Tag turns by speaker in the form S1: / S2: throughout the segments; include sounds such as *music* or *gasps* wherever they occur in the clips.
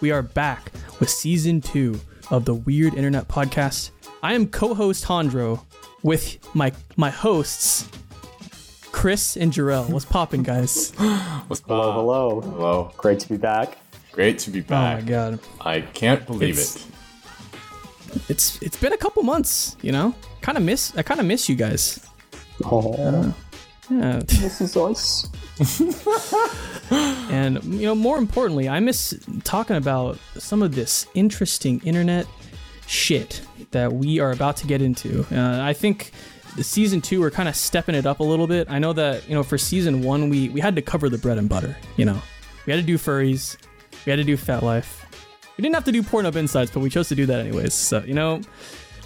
S1: We are back with season two of the Weird Internet Podcast. I am co-host Hondro with my my hosts Chris and Jarrell. What's popping, guys? *laughs* Oh
S2: What's
S3: Hello,
S2: up?
S3: hello.
S2: Hello.
S3: Great to be back.
S2: Great to be
S1: Oh my
S2: back.
S1: god,
S2: I can't believe
S1: It's-
S2: it.
S1: it's it's been a couple months. You know, kind of miss I kind of miss you guys.
S3: Oh,
S1: Yeah.
S3: this is us.
S1: *laughs* And you know, more importantly, I miss talking about some of this interesting internet shit that we are about to get into. Uh, I think the season two we're kind of stepping it up a little bit. I know that you know for season one we we had to cover the bread and butter. You know, we had to do furries, we had to do fat life. We didn't have to do porn up insights, but we chose to do that anyways. So you know,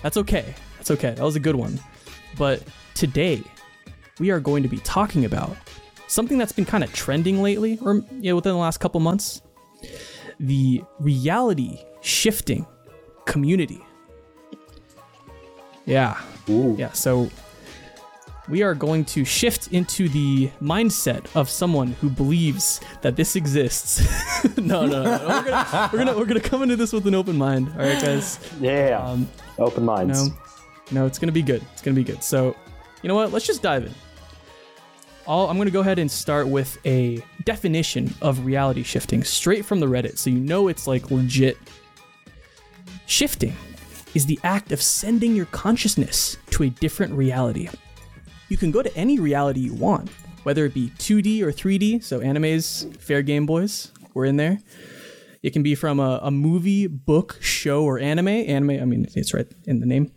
S1: that's okay. That's okay. That was a good one. But today we are going to be talking about something that's been kind of trending lately, or you know, within the last couple months, the reality shifting community. Yeah,
S3: Ooh.
S1: yeah. So we are going to shift into the mindset of someone who believes that this exists. *laughs* no, no, no. We're gonna, we're gonna we're gonna come into this with an open mind. All right, guys.
S3: Yeah.
S1: Um,
S3: Open minds.
S1: no, no, it's gonna be good. It's gonna be good. So, you know what? Let's just dive in. I'll, I'm gonna go ahead and start with a definition of reality shifting, straight from the Reddit, so you know it's like legit. Shifting is the act of sending your consciousness to a different reality. You can go to any reality you want, whether it be 2D or 3D. So animes, fair game, boys, we're in there. It can be from a, a movie, book, show, or anime. Anime, I mean, it's right in the name.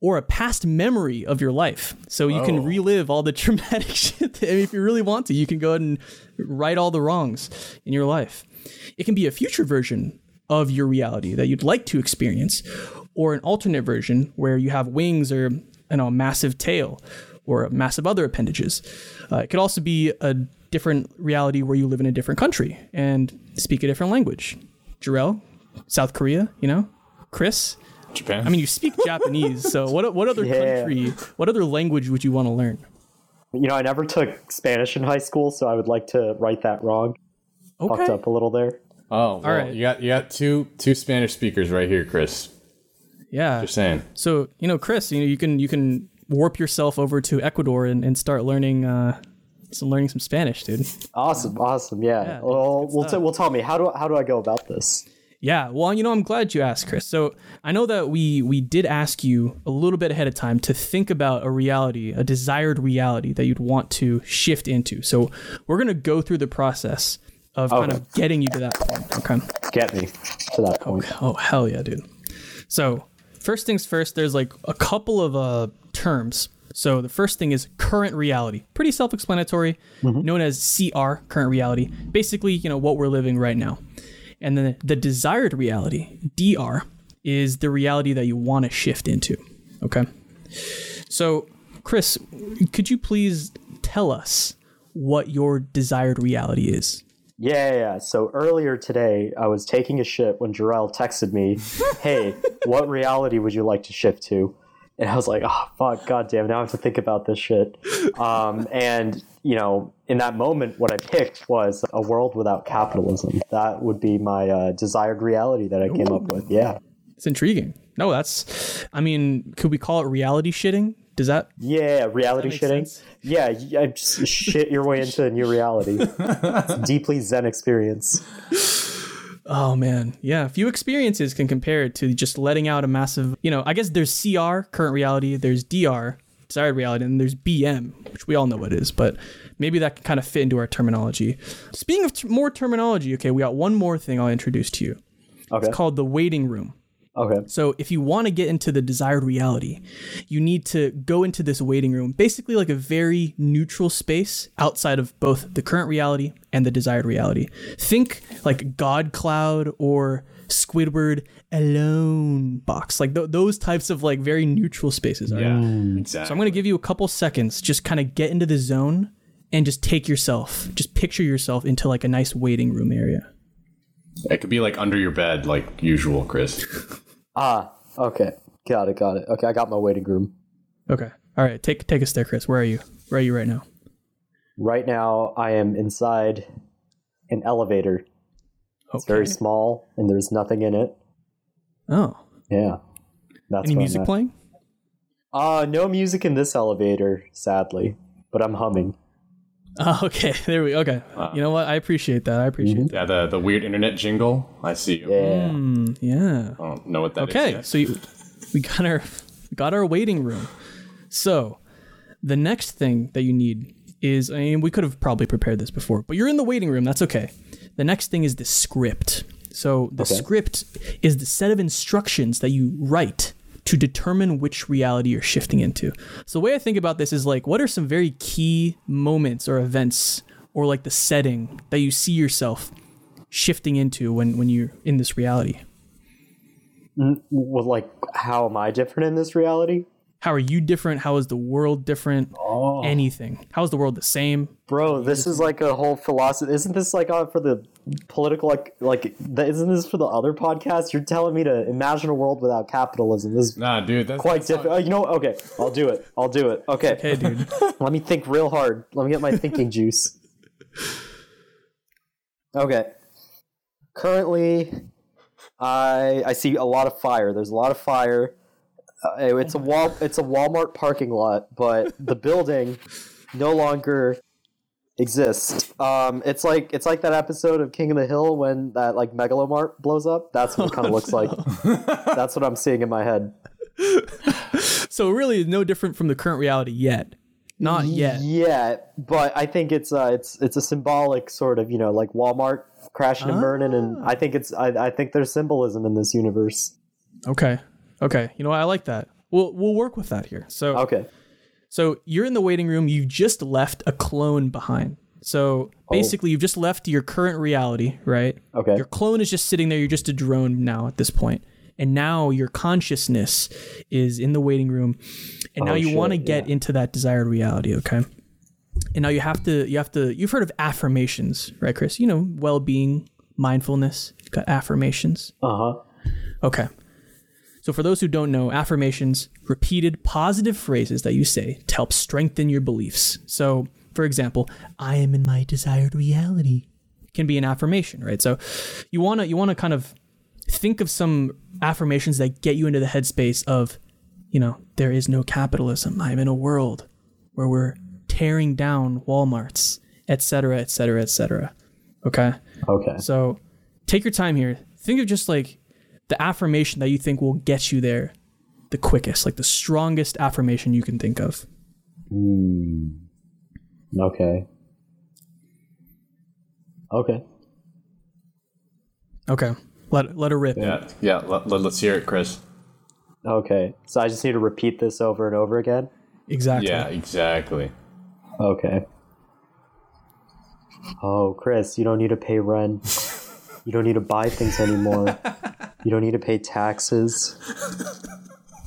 S1: Or a past memory of your life. So you can
S2: Whoa.
S1: relive all the *laughs* traumatic shit. That, if you really want to, you can go ahead and right all the wrongs in your life. It can be a future version of your reality that you'd like to experience, or an alternate version where you have wings or you know, a massive tail or massive other appendages. Uh, it could also be a different reality where you live in a different country and speak a different language. Jarrell, South Korea, you know? Chris,
S2: Japan.
S1: I mean, you speak Japanese, so what what other
S3: Yeah.
S1: country, what other language would you want to learn?
S3: You know, I never took Spanish in high school, so I would like to write that wrong.
S1: Okay.
S3: Fucked up a little there.
S2: oh, well,
S1: right.
S2: you got you got two two Spanish speakers right here, Chris.
S1: Yeah.
S2: Just saying.
S1: So, you know, Chris, you know, you can you can warp yourself over to Ecuador and, and start learning uh some learning some Spanish, dude.
S3: Awesome, awesome. Yeah.
S1: Yeah,
S3: well,
S1: good
S3: well, t-
S1: stuff.
S3: well, tell me how do how do I go about this?
S1: Yeah, well, you know, I'm glad you asked, Chris. So I know that we we did ask you a little bit ahead of time to think about a reality, a desired reality that you'd want to shift into. So we're gonna go through the process of kind
S3: Okay.
S1: of getting you to that point. Okay.
S3: Get me to that point.
S1: Oh hell yeah, dude. So first things first, there's like a couple of uh terms. So the first thing is current reality. Pretty self-explanatory, known as CR, current reality. Basically, you know, what we're living right now. And then the desired reality, DR, is the reality that you want to shift into. Okay. So, Chris, could you please tell us what your desired reality is?
S3: Yeah, yeah, yeah. So earlier today, I was taking a shit when Jarrell texted me, "Hey,
S1: *laughs*
S3: what reality would you like to shift to?" And I was like, "Oh fuck, goddamn! Now I have to think about this shit." Um, and you know, in that moment, what I picked was a world without capitalism. That would be my uh, desired reality that I came up with. Yeah,
S1: It's intriguing. No, that's. I mean, could we call it reality shitting? Does that?
S3: yeah, reality
S1: makes
S3: shitting.
S1: sense.
S3: Yeah, y- I just shit your way into a new
S1: *laughs*
S3: reality. It's a deeply Zen experience.
S1: Oh man, yeah. Few experiences can compare it to just letting out a massive. You know, I guess there's CR, current reality. There's DR, desired reality, and there's BM, which we all know what it is. But maybe that can kind of fit into our terminology. Speaking of t- more terminology, okay, we got one more thing I'll introduce to you.
S3: Okay.
S1: It's called the waiting room.
S3: Okay.
S1: So if you want to get into the desired reality, you need to go into this waiting room, basically like a very neutral space outside of both the current reality and the desired reality. Think like God Cloud or Squidward alone box, like th- those types of like very neutral spaces. all right?
S2: Yeah, exactly.
S1: Mm. So I'm going to give you a couple seconds, just kind of get into the zone and just take yourself, just picture yourself into like a nice waiting room area.
S2: it could be like under your bed, like usual, Chris.
S3: Ah. Okay. Got it. Got it. Okay. I got my waiting room.
S1: Okay. All right. Take, take us there, Chris. Where are you? Where are you right now?
S3: Right now, I am inside an elevator
S1: Okay.
S3: It's very small and there's nothing in it.
S1: Oh,
S3: Yeah. That's
S1: any
S3: what I
S1: music
S3: meant.
S1: playing? *laughs*
S3: Uh, no music in this elevator, sadly, but I'm humming.
S1: Oh, okay, there we okay.
S3: Uh,
S1: you know what? I appreciate that. I appreciate
S2: Yeah, the, the weird internet jingle. I see you.
S1: that.
S3: Yeah.
S1: Mm, yeah.
S2: I don't know what that is.
S1: Okay,
S2: yet.
S1: so you, we got our got our waiting room. So the next thing that you need is I mean we could have probably prepared this before, but you're in the waiting room. That's okay. The next thing is the script. So the script is the set of instructions that you write to determine which reality you're shifting into. So the way I think about this is like what are some very key moments or events or like the setting that you see yourself shifting into when when you're in this reality?
S3: Well, like, how am I different in this reality?
S1: How are you different? How is the world different? Anything. How is the world the same?
S3: Bro, this is like a whole philosophy. Isn't this like on for the political, like, like th- isn't this for the other podcast? You're telling me to imagine a world without capitalism. This is
S2: Nah, dude, that's
S3: quite different. you know, okay, I'll do it. I'll do it. Okay.
S1: Hey, dude.
S3: *laughs* Let me think real hard. Let me get my thinking juice. Okay. Currently, I I see a lot of fire. There's a lot of fire. Uh, it's a wall. It's a Walmart parking lot, but the building no longer exists. Um, it's like it's like that episode of King of the Hill when that like megalomart blows up. That's what it kind of looks like. That's what I'm seeing in my head.
S1: so really no different from the current reality yet.
S3: Mm-hmm.
S1: Not yet.
S3: Yeah, but I think it's uh, it's it's a symbolic sort of you know like Walmart crashing and burning, and I think it's I, I think there's symbolism in this universe.
S1: Okay. Okay. You know what? I like that. We'll we'll work with that here. So
S3: Okay,
S1: so you're in the waiting room. You just left a clone behind. So basically, you've just left your current reality, right?
S3: okay,
S1: Your clone is just sitting there. You're just a drone now at this point. And now your consciousness is in the waiting room. And now
S3: Oh,
S1: you
S3: shit,
S1: want to get into that desired reality, okay? And now you have to you have to you've heard of affirmations, right, Chris? You know, well-being, mindfulness, you've got affirmations.
S3: uh huh.
S1: Okay. So, for those who don't know, affirmations, repeated positive phrases that you say to help strengthen your beliefs. So, for example, I am in my desired reality can be an affirmation, right? So, you want to you want to kind of think of some affirmations that get you into the headspace of, you know, there is no capitalism. I'm in a world where we're tearing down Walmarts, et cetera, et cetera, et cetera. Okay?
S3: Okay,
S1: So take your time here. Think of just like the affirmation that you think will get you there the quickest, like the strongest affirmation you can think of.
S3: okay, okay.
S1: Okay. Let let her rip.
S2: yeah, yeah. Let, let, us hear it, Chris.
S3: Okay, so I just need to repeat this over and over again.
S1: Exactly.
S2: Yeah, exactly.
S3: Okay. Oh, Chris, you don't need to pay rent. You don't need to buy things anymore. You don't need to pay taxes.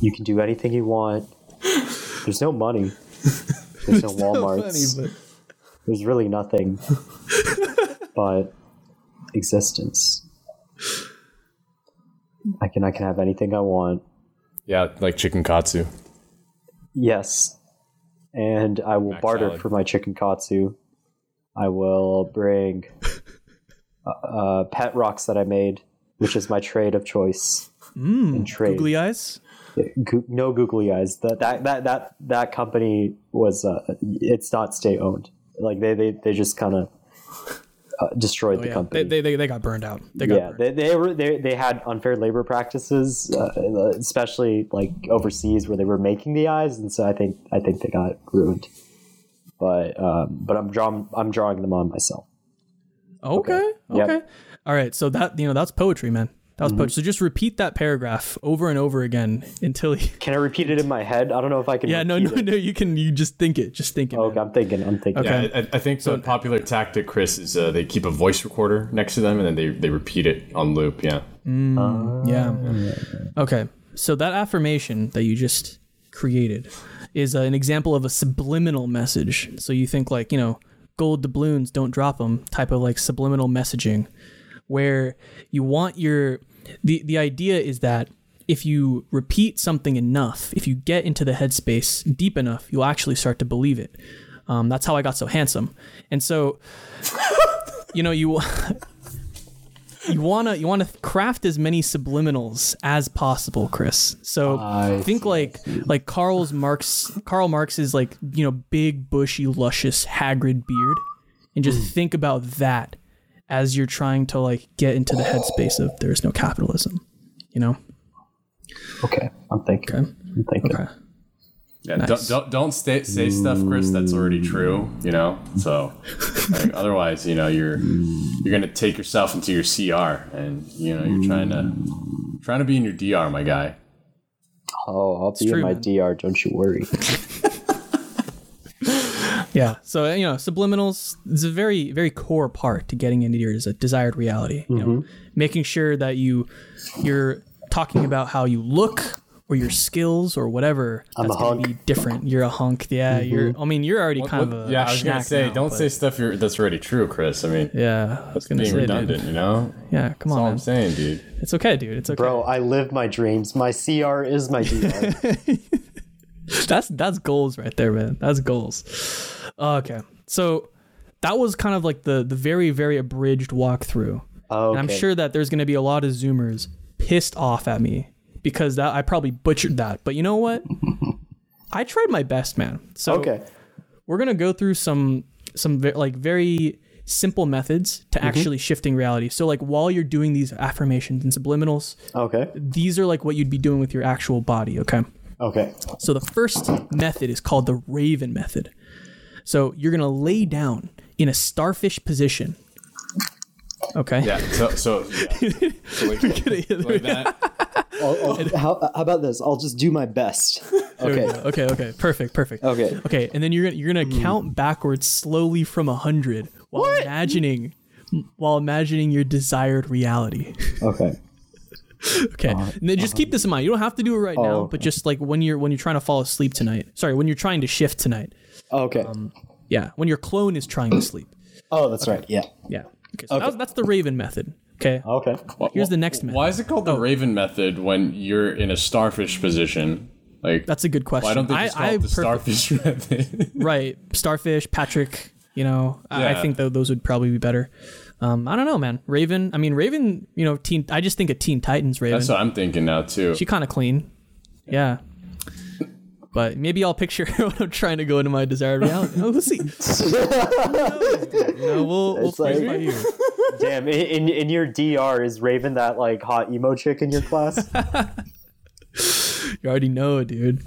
S3: You can do anything you want. There's no money. There's no Walmarts.
S1: Funny,
S3: There's really nothing but existence. I can I can have anything I want.
S2: Yeah, like chicken katsu.
S3: Yes. And I will barter
S2: salad.
S3: for my chicken katsu. I will bring *laughs* uh, pet rocks that I made, which is my trade of choice. and
S1: but
S3: trade.
S1: googly eyes.
S3: Goo- no googly eyes. That that that that, that company was uh, it's not state owned. Like they they, they just kind of uh, destroyed
S1: Oh, Yeah.
S3: the
S1: They,
S3: company.
S1: they, they, they got burned out. They got
S3: yeah,
S1: burned.
S3: they, they were they, they had unfair labor practices, uh, especially like overseas where they were making the eyes, and so I think I think they got ruined. But um, but I'm drawing I'm drawing them on myself.
S1: Okay. Okay.
S3: Yep. Mm-hmm.
S1: All right. So that you know that's poetry, man. That was poetry. So just repeat that paragraph over and over again until you *laughs*
S3: Can I repeat it in my head? I don't know if I can.
S1: Yeah, no,
S3: repeat
S1: no,
S3: it.
S1: no, you can you just think it. Just think it. man.
S3: Okay, I'm thinking. I'm thinking.
S1: Okay.
S2: Yeah, I, I think the popular tactic, Chris, is uh, they keep a voice recorder next to them and then they, they repeat it on loop. Yeah.
S1: Oh, Yeah. Okay. So that affirmation that you just created is an example of a subliminal message. So you think like, you know, gold doubloons don't drop them type of like subliminal messaging where you want your the the idea is that if you repeat something enough, if you get into the headspace deep enough, you'll actually start to believe it. Um, that's how *laughs* I got so handsome. And so, you know, you you wanna you wanna craft as many subliminals as possible, Chris. So
S2: I
S1: think like like Karl's Marx Karl Marx's like you know big bushy luscious Hagrid beard, and just think about that as you're trying to like get into the headspace of there is no capitalism, you know.
S3: Okay, I'm thinking.
S1: Okay.
S3: I'm thinking.
S1: Okay.
S2: Yeah, don't, don't don't stay, say stuff, Chris. That's already true. You know, so *laughs* like, otherwise, you know, you're you're gonna take yourself into your CR, and you know, you're trying to trying to be in your DR, my guy.
S3: Oh, I'll be
S1: true,
S3: in my
S1: man.
S3: DR. Don't you worry.
S1: Yeah. So you know, subliminals is a very, very core part to getting into your des- desired reality. You know,
S3: Mm-hmm.
S1: making sure that you you're talking about how you look or your skills or whatever.
S3: I'm
S1: that's
S3: a
S1: gonna
S3: hunk. Mm-hmm.
S1: Be different. You're a hunk. Yeah. You're. I mean, you're already kind
S2: What-
S1: of a
S2: yeah,
S1: a
S2: I was gonna
S1: schnack
S2: say,
S1: now,
S2: don't
S1: but-
S2: say stuff you're, that's already true, Chris. I mean,
S1: Yeah, I was gonna
S2: being
S1: say, dude.
S2: redundant. You know,
S1: Yeah, come
S2: that's all
S1: on,
S2: I'm
S1: man.
S2: saying, dude.
S1: it's okay, dude. It's okay.
S3: Bro, I live my dreams. My CR is my DR.
S1: *laughs* that's that's goals right there, man. That's goals. Okay, so that was kind of like the the very very abridged walkthrough.
S3: Oh,
S1: And I'm
S3: okay.
S1: sure that there's going to be a lot of Zoomers pissed off at me because that I probably butchered that. But you know
S3: *laughs*
S1: what? I tried my best, man. So
S3: Okay.
S1: we're going to go through some some ve- like very simple methods to
S3: Mm-hmm.
S1: actually shifting reality. So like while you're doing these affirmations and subliminals,
S3: Okay.
S1: these are like what you'd be doing with your actual body, okay? *laughs*
S3: Okay.
S1: So the first method is called the Raven method. So you're going to lay down in a starfish position. Okay.
S2: Yeah.
S1: *laughs*
S2: So so, yeah. So like, like that.
S3: I'll, I'll- how, how about this? I'll just do my best. Okay.
S1: okay, okay, perfect, perfect.
S3: Okay.
S1: okay, and then you're gonna you're gonna
S2: Hmm.
S1: count backwards slowly from a hundred while imagining while imagining your desired reality. *laughs*
S3: Okay.
S1: Okay, and then just keep this in mind. You don't have to do it right now,
S3: okay.
S1: but just like when you're when you're trying to fall asleep tonight. Sorry, when you're trying to shift tonight.
S3: Okay.
S1: Yeah, when your clone is trying to sleep.
S3: oh, that's right. Yeah.
S1: Yeah. Okay, so that was- that's the Raven method. Okay.
S3: Okay.
S1: Here's the next method.
S2: Why is it called
S1: Oh.
S2: the Raven method when you're in a starfish position? Like
S1: That's a good question.
S2: why don't they just call it the
S1: perfect-
S2: starfish *laughs* method?
S1: right starfish patrick you know I, I
S2: Yeah.
S1: think tho- those would probably be better um, i don't know man raven i mean raven you know teen i just think of teen titans raven
S2: That's what I'm thinking now too.
S1: she kind of clean yeah but maybe i'll picture *laughs* her when i'm trying to go into my desired reality oh, let's
S3: *laughs*
S1: see you know we'll, we'll
S3: It's like-
S1: play by ear.
S3: Damn. i- In in your DR is Raven that like hot emo chick in your *laughs* class?
S1: you already know dude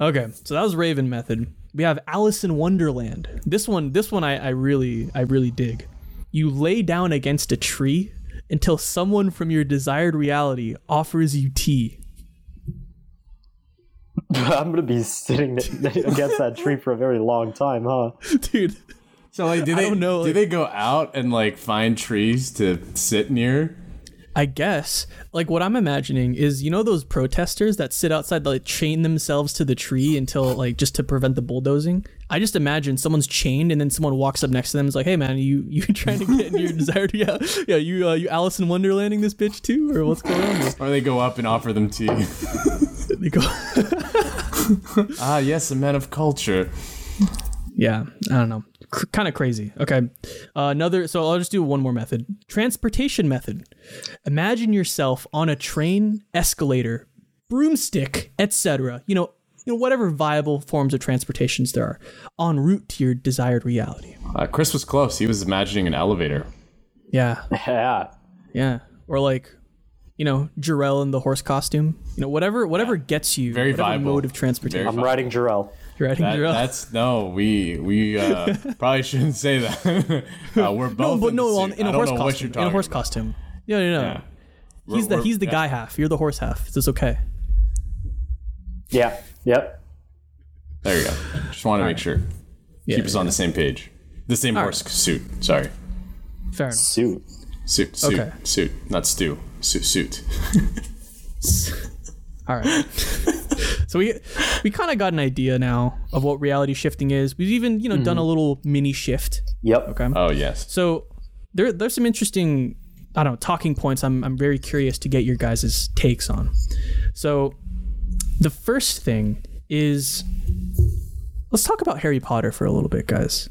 S1: okay so that was raven method we have alice in wonderland this one this one I, I really i really dig you lay down against a tree until someone from your desired reality offers you tea *laughs*
S3: I'm gonna be sitting against that tree for a very long time, huh?
S1: dude
S2: So like, do they
S1: don't know,
S2: do
S1: like-
S2: they go out and like find trees to sit near?
S1: i guess like what i'm imagining is you know those protesters that sit outside that like chain themselves to the tree until like just to prevent the bulldozing i just imagine someone's chained and then someone walks up next to them and is like hey man you you *laughs* trying to get into your desired yeah yeah you uh, you alice in wonderlanding this bitch too or what's going on
S2: Or they go up and offer them tea?
S1: They go-
S2: *laughs* ah, yes, a man of culture.
S1: yeah, I don't know. Cr- kind of crazy. Okay. Uh, another, so I'll just do one more method. Transportation method. Imagine yourself on a train, escalator, broomstick, etc. You know, you know whatever viable forms of transportations there are en route to your desired reality.
S2: Uh, Chris was close. He was imagining an elevator.
S1: Yeah.
S3: Yeah.
S1: Yeah. Or like you know, Jarell in the horse costume. You know, whatever whatever gets you
S2: Very
S1: whatever
S2: viable.
S1: mode of transportation.
S2: Very-
S3: I'm riding Jarrell.
S1: You're adding
S2: That-
S1: Jarell.
S2: that's no, we we *laughs* uh, probably shouldn't say that. *laughs* uh, we're both.
S1: no, *laughs* but
S2: in
S1: no,
S2: the
S1: on,
S2: suit.
S1: in
S2: I
S1: a
S2: don't
S1: horse
S2: know what you're
S1: costume. In a
S2: talking
S1: horse
S2: about.
S1: costume. No, no, no.
S2: Yeah.
S1: He's the
S2: We're-
S1: he's the
S2: yeah.
S1: guy half. You're the horse half. This is okay.
S3: Yeah. Yep.
S2: There you go. Just want to make sure.
S1: Yeah,
S2: Keep us on the same page. The same horse suit. Sorry,
S1: fair
S2: *laughs*
S1: enough.
S3: Suit.
S2: suit, suit,
S1: Okay.
S2: suit. Not stew. Suit, suit.
S1: All right. so we we kind of got an idea now of what reality shifting is. We've even you know done a
S2: Mm-hmm.
S1: little mini shift.
S3: Yep.
S1: Okay.
S2: Oh yes.
S1: So there there's some interesting I don't know talking points. I'm I'm very curious to get your guys' takes on. So the first thing is let's talk about Harry Potter for a little bit, guys.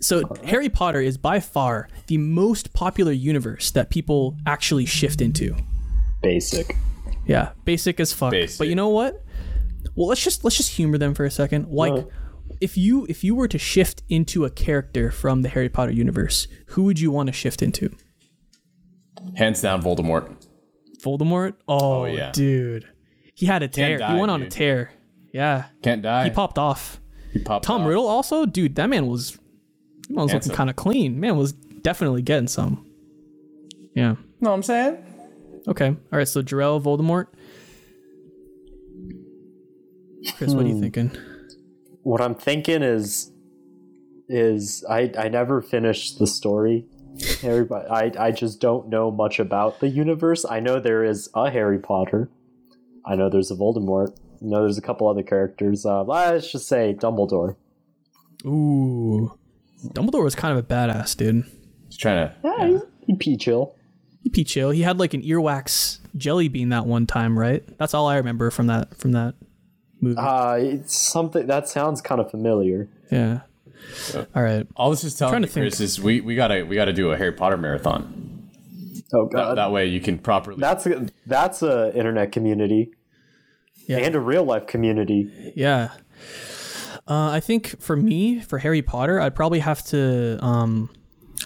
S1: So Harry Potter is by far the most popular universe that people actually shift into.
S3: Basic.
S1: Yeah, basic as fuck.
S2: Basic.
S1: But you know what? Well, let's just let's just humor them for a second. Like, if you if you were to shift into a character from the Harry Potter universe, who would you want to shift into?
S2: Hands down, Voldemort.
S1: Voldemort? Oh,
S2: yeah.
S1: dude, he had a tear.
S2: die,
S1: he went on a
S2: dude.
S1: tear. Yeah,
S2: Can't die.
S1: he popped off.
S2: He popped
S1: Tom
S2: off.
S1: Riddle also, dude, that man was, that man was looking
S2: Handsome.
S1: kind of clean. Man was definitely getting some. Yeah.
S2: Know what I'm saying?
S1: Okay. All right. So Jarell, Voldemort. Chris, what are
S2: Hmm.
S1: you thinking?
S3: What I'm thinking is, is I I never finished the story. Everybody, I I just don't know much about the universe. I know there is a Harry Potter. I know there's a Voldemort. I know there's a couple other characters. Uh, let's just say Dumbledore.
S1: Ooh, Dumbledore was kind of a badass dude.
S2: Just trying to.
S3: Yeah, he's he'd be chill.
S1: He'd be chill. He had like an earwax jelly bean that one time, right? That's all I remember from that from that movie.
S3: Uh, it's something that sounds kind of familiar.
S1: yeah. All right.
S2: All this is telling
S1: Trying
S2: me,
S1: to think.
S2: Chris, is we, we gotta we gotta do a Harry Potter marathon.
S3: Oh god,
S2: That, that way you can properly.
S3: that's a, that's a internet community.
S1: Yeah.
S3: And a real life community.
S1: Yeah. Uh, I think for me, for Harry Potter, I'd probably have to. Um,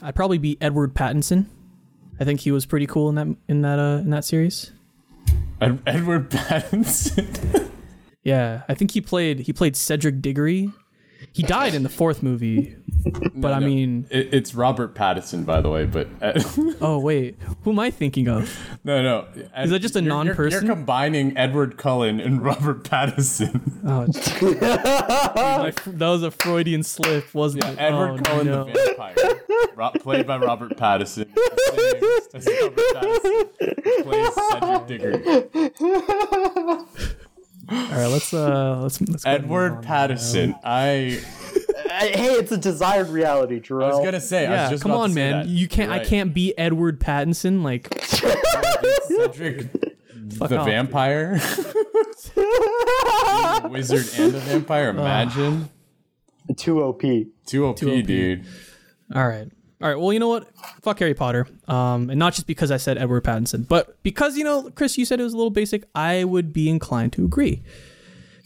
S1: I'd probably be Edward Pattinson. I think he was pretty cool in that in that uh, in that series.
S2: Ed- Edward *laughs* Pattinson.
S1: Yeah, I think he played he played Cedric Diggory. He died in the fourth
S2: *laughs*
S1: movie, but I
S2: no.
S1: mean,
S2: It, it's Robert Pattinson, by the way. But uh, *laughs*
S1: oh wait, who am I thinking of?
S2: no, no. Is
S1: that just a
S2: You're,
S1: non-person?
S2: combining Edward Cullen and *laughs*
S1: *laughs*
S2: Robert Pattinson.
S1: Oh,
S2: *laughs*
S1: dude, my- that was a Freudian slip, wasn't it?
S2: Edward
S1: oh,
S2: Cullen,
S1: no.
S2: the vampire, Ro- played by Robert Pattinson. It's the same as Robert Pattinson, plays Cedric
S1: Oh,
S2: Diggory.
S1: All right, let's uh, let's, let's go ahead and
S2: Edward
S1: move on.
S2: Pattinson. I
S3: Hey, it's a desired reality, Jerome.
S2: I was gonna say. I was
S1: Yeah,
S2: just
S1: come
S2: about to
S1: on,
S2: say
S1: man.
S2: that.
S1: You can't.
S2: You're
S1: I
S2: right.
S1: can't be Edward Pattinson. Like,
S2: Cedric, *laughs* the
S1: off, dude.
S2: *laughs* vampire, wizard, and the vampire. Imagine
S3: Too OP.
S2: two OP, dude.
S1: All right. All right. Well, you know what? Fuck Harry Potter. Um, and not just because I said Edward Pattinson, but because you know, Chris, you said it was a little basic. I would be inclined to agree.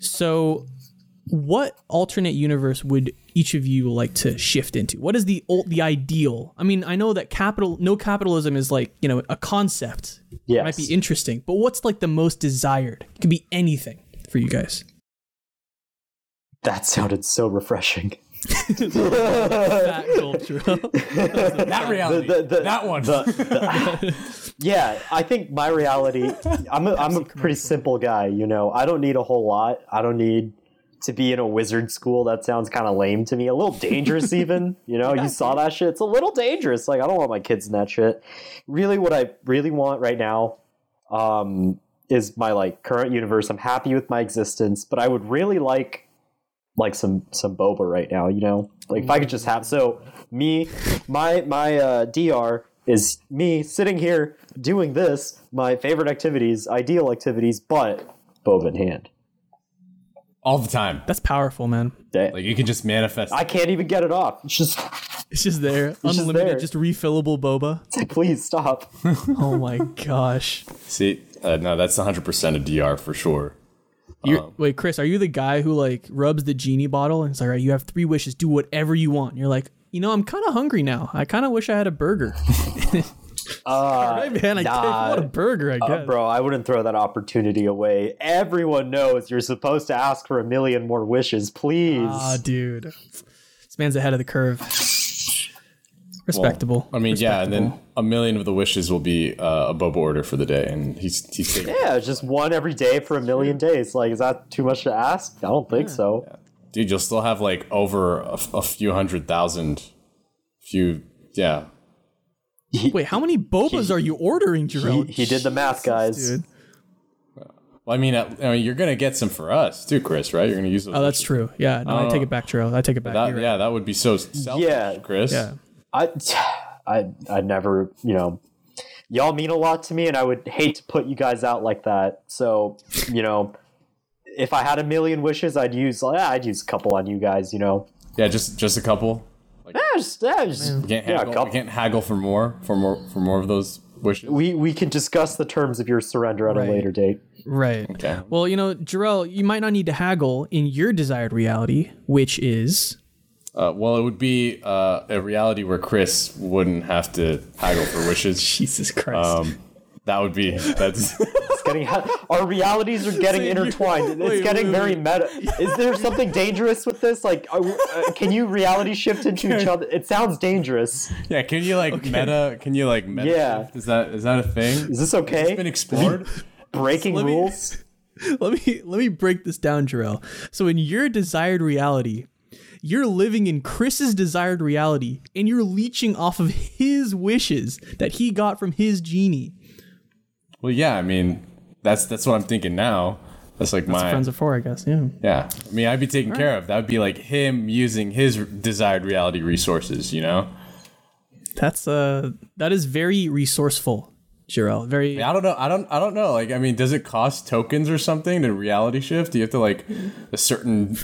S1: So, what alternate universe would each of you like to shift into? What is the ul- the ideal? I mean, I know that capital no capitalism is like you know a concept. It
S3: Yes.
S1: might be interesting, but what's like the most desired? It could be anything for you guys.
S3: that sounded so refreshing.
S1: That culture.
S2: That reality.
S3: The- the-
S2: that one.
S3: the- the- *laughs* yeah, I think my reality. I'm a, I'm a pretty simple guy. You know, I don't need a whole lot. I don't need to be in a wizard school. That sounds kind of lame to me. A little
S2: *laughs*
S3: dangerous, even. You know, you saw that shit. It's a little dangerous. Like I don't want my kids in that shit. Really, what I really want right now um, is my like current universe. I'm happy with my existence, but I would really like like some some boba right now. You know, like if I could just have so me my my uh, dr is me sitting here doing this my favorite activities, ideal activities, but boba in hand.
S2: *laughs* all the time.
S1: *laughs* That's powerful, man.
S3: Damn.
S2: Like you can just manifest.
S3: I can't even get it off. *laughs* It's just
S1: It's just there,
S3: just
S1: unlimited,
S3: there.
S1: just refillable boba.
S3: please stop.
S1: Oh my gosh.
S2: See, uh, no, that's 100 percent a DR for sure.
S1: You're, wait, Chris, are you the guy who like rubs the genie bottle and it's like, all right, you have three wishes, do whatever you want. And you're like, you know, I'm kind of hungry now. I kind of wish I had a burger. *laughs* all right, man, I
S3: Uh, nah. Uh,
S1: want a burger, I guess.
S3: Bro, I wouldn't throw that opportunity away. Everyone knows you're supposed to ask for a million more wishes. Please.
S1: Ah, dude. This man's ahead of the curve. Respectable.
S2: I mean, yeah, and then a million of the wishes will be uh, a Boba order for the day, and he's he's taking.
S3: yeah, just one every day for a million days. Like, is that too much to ask? I don't think so.
S2: Dude, you'll still have like over a, f- a few hundred thousand, few yeah.
S1: Wait, how many bobas are you ordering, Jerome?
S3: He, he did the math, guys.
S1: dude.
S2: Well, I mean, at, I mean, you're gonna get some for us too, Chris, right? You're gonna use those.
S1: Oh, that's true. Yeah, no, I
S3: Uh,
S1: take it back, Jerome. I take it back.
S2: That,
S1: You're right.
S2: Yeah, that would be so selfish,
S3: Yeah.
S2: Chris.
S1: Yeah.
S3: I, *sighs* I, I never, you know, y'all mean a lot to me, and I would hate to put you guys out like that. So, you know, if I had a million wishes, I'd use, yeah, I'd use a couple on you guys. You know,
S2: Yeah, just just a couple.
S3: yeah, was, that was
S2: We can't,
S3: yeah, a
S2: haggle, we
S3: couple-
S2: can't haggle for more, for more, for more of those wishes.
S3: we we can discuss the terms of your surrender at
S1: Right.
S3: a later date.
S1: Right.
S2: Okay.
S1: Well, you know, Jarrell, you might not need to haggle in your desired reality, which is
S2: Uh, well, it would be uh, a reality where Chris wouldn't have to haggle for
S1: *laughs*
S2: wishes.
S3: *laughs*
S1: Jesus Christ.
S2: Um, that would be
S1: *laughs*
S2: that's.
S3: It's getting our realities are getting intertwined. It's
S1: wait,
S3: getting
S1: wait,
S3: very meta. Is there something dangerous with this? Like, are we- uh, can you reality shift into each other? It sounds dangerous.
S2: yeah, can you like meta? Can you like meta?
S3: Yeah.
S2: shift? Is that is that a thing?
S3: Is this okay?
S2: It's been explored.
S3: Breaking
S1: Let me-
S3: rules.
S2: Um,
S1: let me let me break this down, Jarrell. So in your desired reality, you're living in Chris's desired reality and you're leeching off of his wishes that he got from his genie.
S2: Well, yeah. I mean, that's that's what I'm thinking now. That's like my
S1: Friends of four, I guess. Yeah.
S2: yeah. I mean, I'd be taken care of. That would be like him using his desired reality resources. You know.
S1: That's uh that is very resourceful, Jarrell. Very
S2: I don't know. I don't. I don't know. Like, I mean, does it cost tokens or something to reality shift? Do you have to like a certain,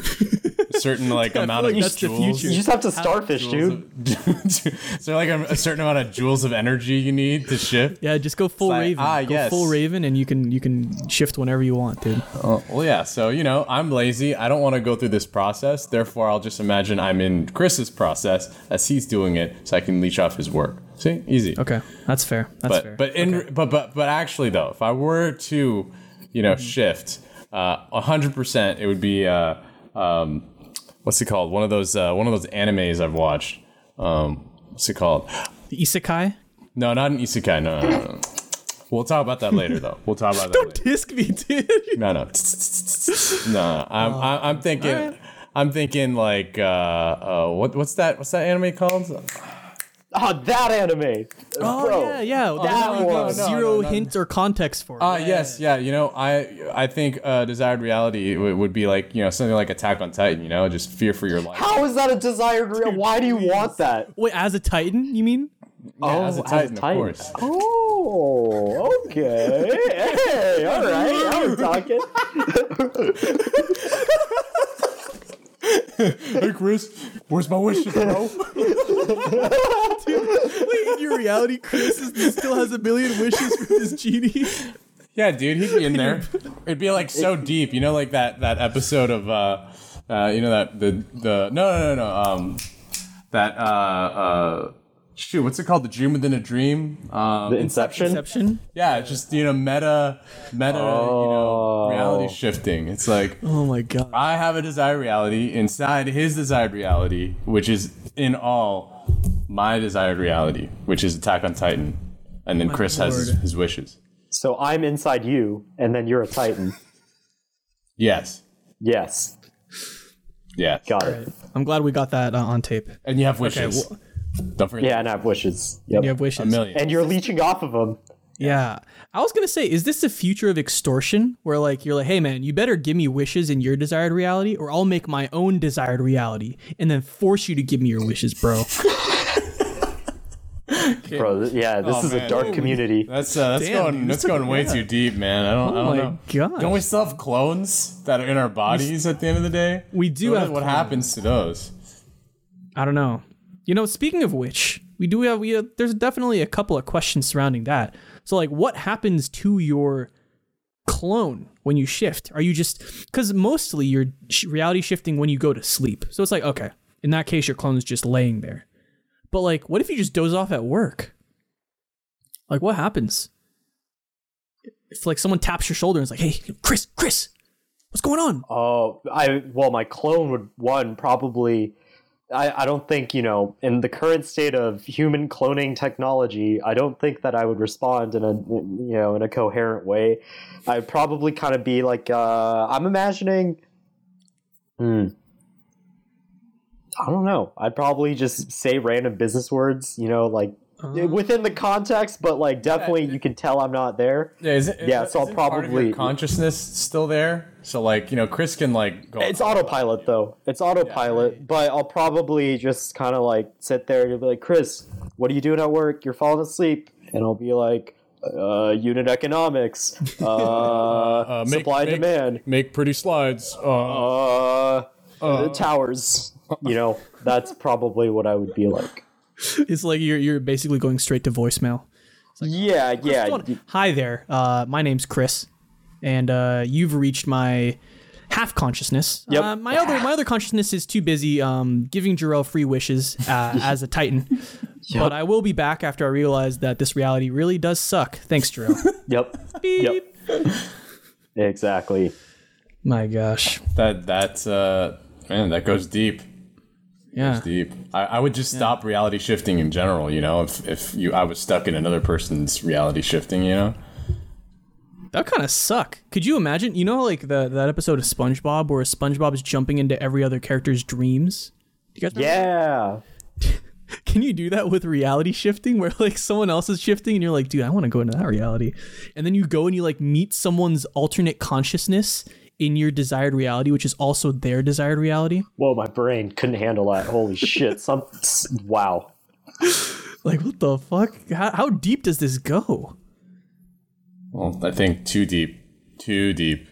S2: a certain
S1: *laughs*
S2: like amount
S1: like
S2: of
S1: that's the
S2: joules?
S1: future.
S3: You just have to starfish, dude.
S2: Joules of- *laughs* Is there like a, a certain amount of joules of energy you need to shift?
S1: Yeah, just go full
S2: It's like,
S1: Raven.
S2: ah,
S1: go
S2: yes.
S1: full Raven and you can you can shift whenever you want, dude.
S2: Oh, well, yeah. So you know, I'm lazy. I don't want to go through this process. Therefore, I'll just imagine I'm in Chris's process as he's doing it, so I can leech off his work. See, easy.
S1: Okay. That's fair. That's fair.
S2: but but in but but but actually though, if I were to, you know, shift uh hundred percent, it would be uh um what's it called? One of those uh, one of those animes I've watched. Um, what's it called?
S1: The Isekai?
S2: No, not an isekai. No, no, no, no. we'll talk about that later though. We'll talk about that. Later.
S1: Disc me, dude.
S2: No, no, no. I'm I'm, I'm thinking. I'm thinking like uh, uh, what what's that what's that anime called?
S3: Oh, that anime.
S1: Oh
S3: Bro.
S1: yeah, yeah.
S3: that
S1: That
S3: one.
S1: was
S2: No, no,
S1: zero
S2: no.
S1: hint or context for. it.
S2: Ah, yes, yeah. You know, I I think uh, desired reality w- would be like you know something like Attack on Titan. You know, just fear for your life.
S3: How is that a desired real? Why do you want that?
S1: Wait, as a Titan, you mean?
S2: Yeah,
S3: oh,
S2: as a
S3: as a
S2: Titan,
S3: Titan.
S2: of course.
S3: Oh,
S1: *laughs*
S3: okay. Hey, all right. Now we're talking.
S2: Hey, Chris, where's my wishes, bro?
S1: Wait, in your reality, Chris is, still has a million wishes for this genie.
S2: *laughs* yeah, dude, he'd be in there. It'd be like so deep. You know, like that that episode of uh, uh you know that the the no no no no um that uh uh. Shoot, what's it called? The dream within a dream. Um,
S3: The Inception.
S1: Inception.
S2: yeah, it's just you know, meta, meta, you know, reality shifting. It's like,
S1: Oh my god.
S2: I have a desired reality inside his desired reality, which is in all my desired reality, which is Attack on Titan. And then Chris has
S1: lord.
S2: his wishes.
S3: So I'm inside you, and then you're a Titan.
S2: Yes.
S3: Yes.
S2: Yeah.
S3: Got it.
S1: I'm glad we got that uh, on tape.
S2: And you have wishes.
S1: well-
S2: Don't forget
S3: Yeah, and I have wishes. Yep.
S1: You have wishes.
S2: a million.
S3: and you're leeching off of them.
S1: Yeah. I was gonna say, is this the future of extortion? Where like you're like, hey man, you better give me wishes in your desired reality, or I'll make my own desired reality and then force you to give me your wishes,
S2: *laughs*
S1: bro.
S3: Bro, th- yeah, this
S2: Oh,
S3: is
S2: man.
S3: a dark
S2: Holy-
S3: community.
S2: that's uh, that's
S1: Damn,
S2: going
S1: dude,
S2: that's
S1: that's a-
S2: going way
S1: yeah. Oh
S2: too deep, man. I don't I
S1: my
S2: don't know.
S1: gosh.
S2: Don't we still have clones that are in our bodies at the end of the day?
S1: We do
S2: What,
S1: have
S2: what
S1: clones.
S2: happens to those?
S1: I don't know. You know, speaking of which, we do have we uh, there's definitely a couple of questions surrounding that. So like what happens to your clone when you shift? Are you just cuz mostly you're sh- reality shifting when you go to sleep. So it's like, okay, in that case your clone is just laying there. But like what if you just doze off at work? Like what happens? If like someone taps your shoulder and is like, "Hey, Chris, Chris, what's going on?"
S3: Oh, I well, my clone would one probably. I, I don't think you know in the current state of human cloning technology. I don't think that I would respond in a you know in a coherent way. I'd probably kind of be like uh, I'm imagining. Hmm. I don't know. I'd probably just say random business words, you know, like
S1: Mm.
S3: within the context, but like definitely you can tell I'm not there.
S2: Yeah, is it,
S3: Yeah, so I'll
S2: isn't part of your
S3: probably-
S2: consciousness still there. So like you know, Chris can like go.
S3: It's autopilot though. It's autopilot, but I'll probably just kind of like sit there and be like, "Chris, what are you doing at work? You're falling asleep." And I'll be like, uh, "Unit economics, uh,
S2: make-
S3: supply
S2: make-
S3: and demand,
S2: make pretty slides. Uh,
S3: uh, the towers. You know, that's probably what I would be like.
S1: It's like you're you're basically going straight to voicemail.
S3: yeah, yeah.
S1: Phone- Hi there. Uh, my name's Chris, and uh, you've reached my half consciousness.
S3: Yep.
S1: Uh, my other my other consciousness is too busy um, giving Jarrell free wishes *laughs* uh, as a Titan. But I will be back after I realize that this reality really does suck. Thanks, Jarrell.
S3: Yep.
S1: Beep.
S3: Yep. Exactly.
S1: *laughs* My gosh.
S2: That that's uh man, that goes deep.
S1: Yeah.
S2: It's deep. I, I would just stop reality shifting in general, you know, if if you I was stuck in another person's reality shifting, you know?
S1: That kind of suck. Could you imagine? You know, like the that episode of SpongeBob where SpongeBob is jumping into every other character's dreams. Do You guys remember-
S3: Yeah.
S1: Can you do that with reality shifting, where like someone else is shifting and you're like, dude, I want to go into that reality, and then you go and you like meet someone's alternate consciousness in your desired reality, which is also their desired reality.
S3: Whoa, my brain couldn't handle that. Holy shit. Some wow.
S1: Like, what the fuck? How, how deep does this go?
S2: Well, I think too deep. Too deep.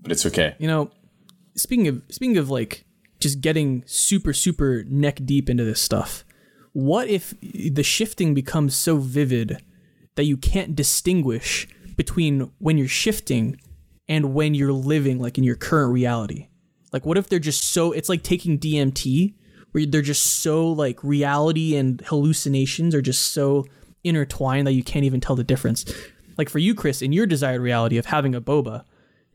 S2: But it's okay.
S1: You know, speaking of speaking of like just getting super super neck deep into this stuff. What if the shifting becomes so vivid that you can't distinguish between when you're shifting and when you're living like in your current reality? Like what if they're just so it's like taking DMT where they're just so like reality and hallucinations are just so intertwined that you can't even tell the difference. Like for you Chris in your desired reality of having a boba,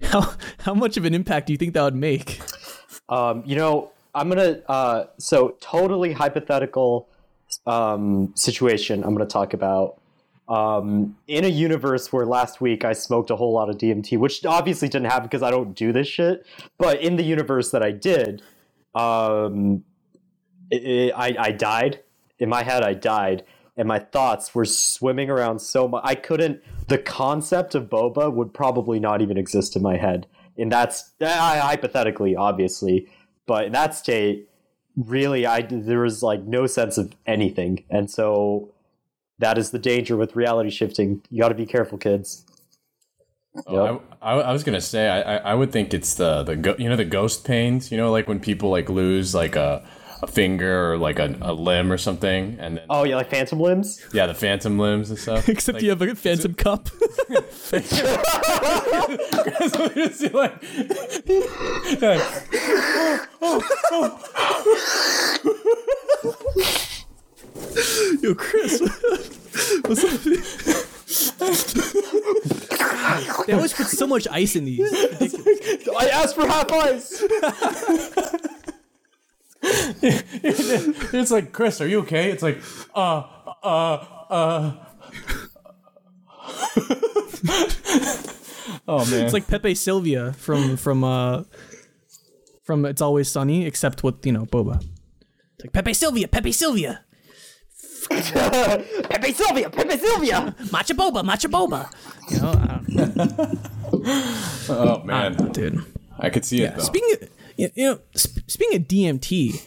S1: how how much of an impact do you think that would make? *laughs*
S3: Um, you know, I'm gonna uh, so totally hypothetical um, situation. I'm gonna talk about um, in a universe where last week I smoked a whole lot of DMT, which obviously didn't happen because I don't do this shit. But in the universe that I did, um, i I, I died. In my head, I died, and my thoughts were swimming around so much. I couldn't. The concept of boba would probably not even exist in my head. And that's I, hypothetically, obviously, but in that state, really, I there was like no sense of anything, and so that is the danger with reality shifting. You got to be careful, kids.
S2: Oh, I, I, I was gonna say I, I- I would think it's the the go- you know the ghost pains you know like when people like lose like a, a finger or like a, a limb or something and then
S3: Oh yeah, like phantom limbs.
S2: yeah the phantom limbs and stuff
S1: Except you have a phantom cup.
S2: *laughs*
S1: *laughs*
S2: It's like-
S1: Yo, Chris. What's up? they always put so much ice in these.
S3: I asked for half ice.
S2: it's like Chris are you okay it's like uh uh uh *laughs* oh man
S1: It's like Pepe Silvia from from uh from It's Always Sunny, except with you know boba. It's like Pepe Silvia, Pepe Silvia,
S3: Pepe Sylvia, Pepe Sylvia.
S1: matcha boba, matcha boba. You know, I don't know,
S2: oh man
S1: dude.
S2: I could see it though
S1: Speaking of, you you know, sp- speaking of DMT,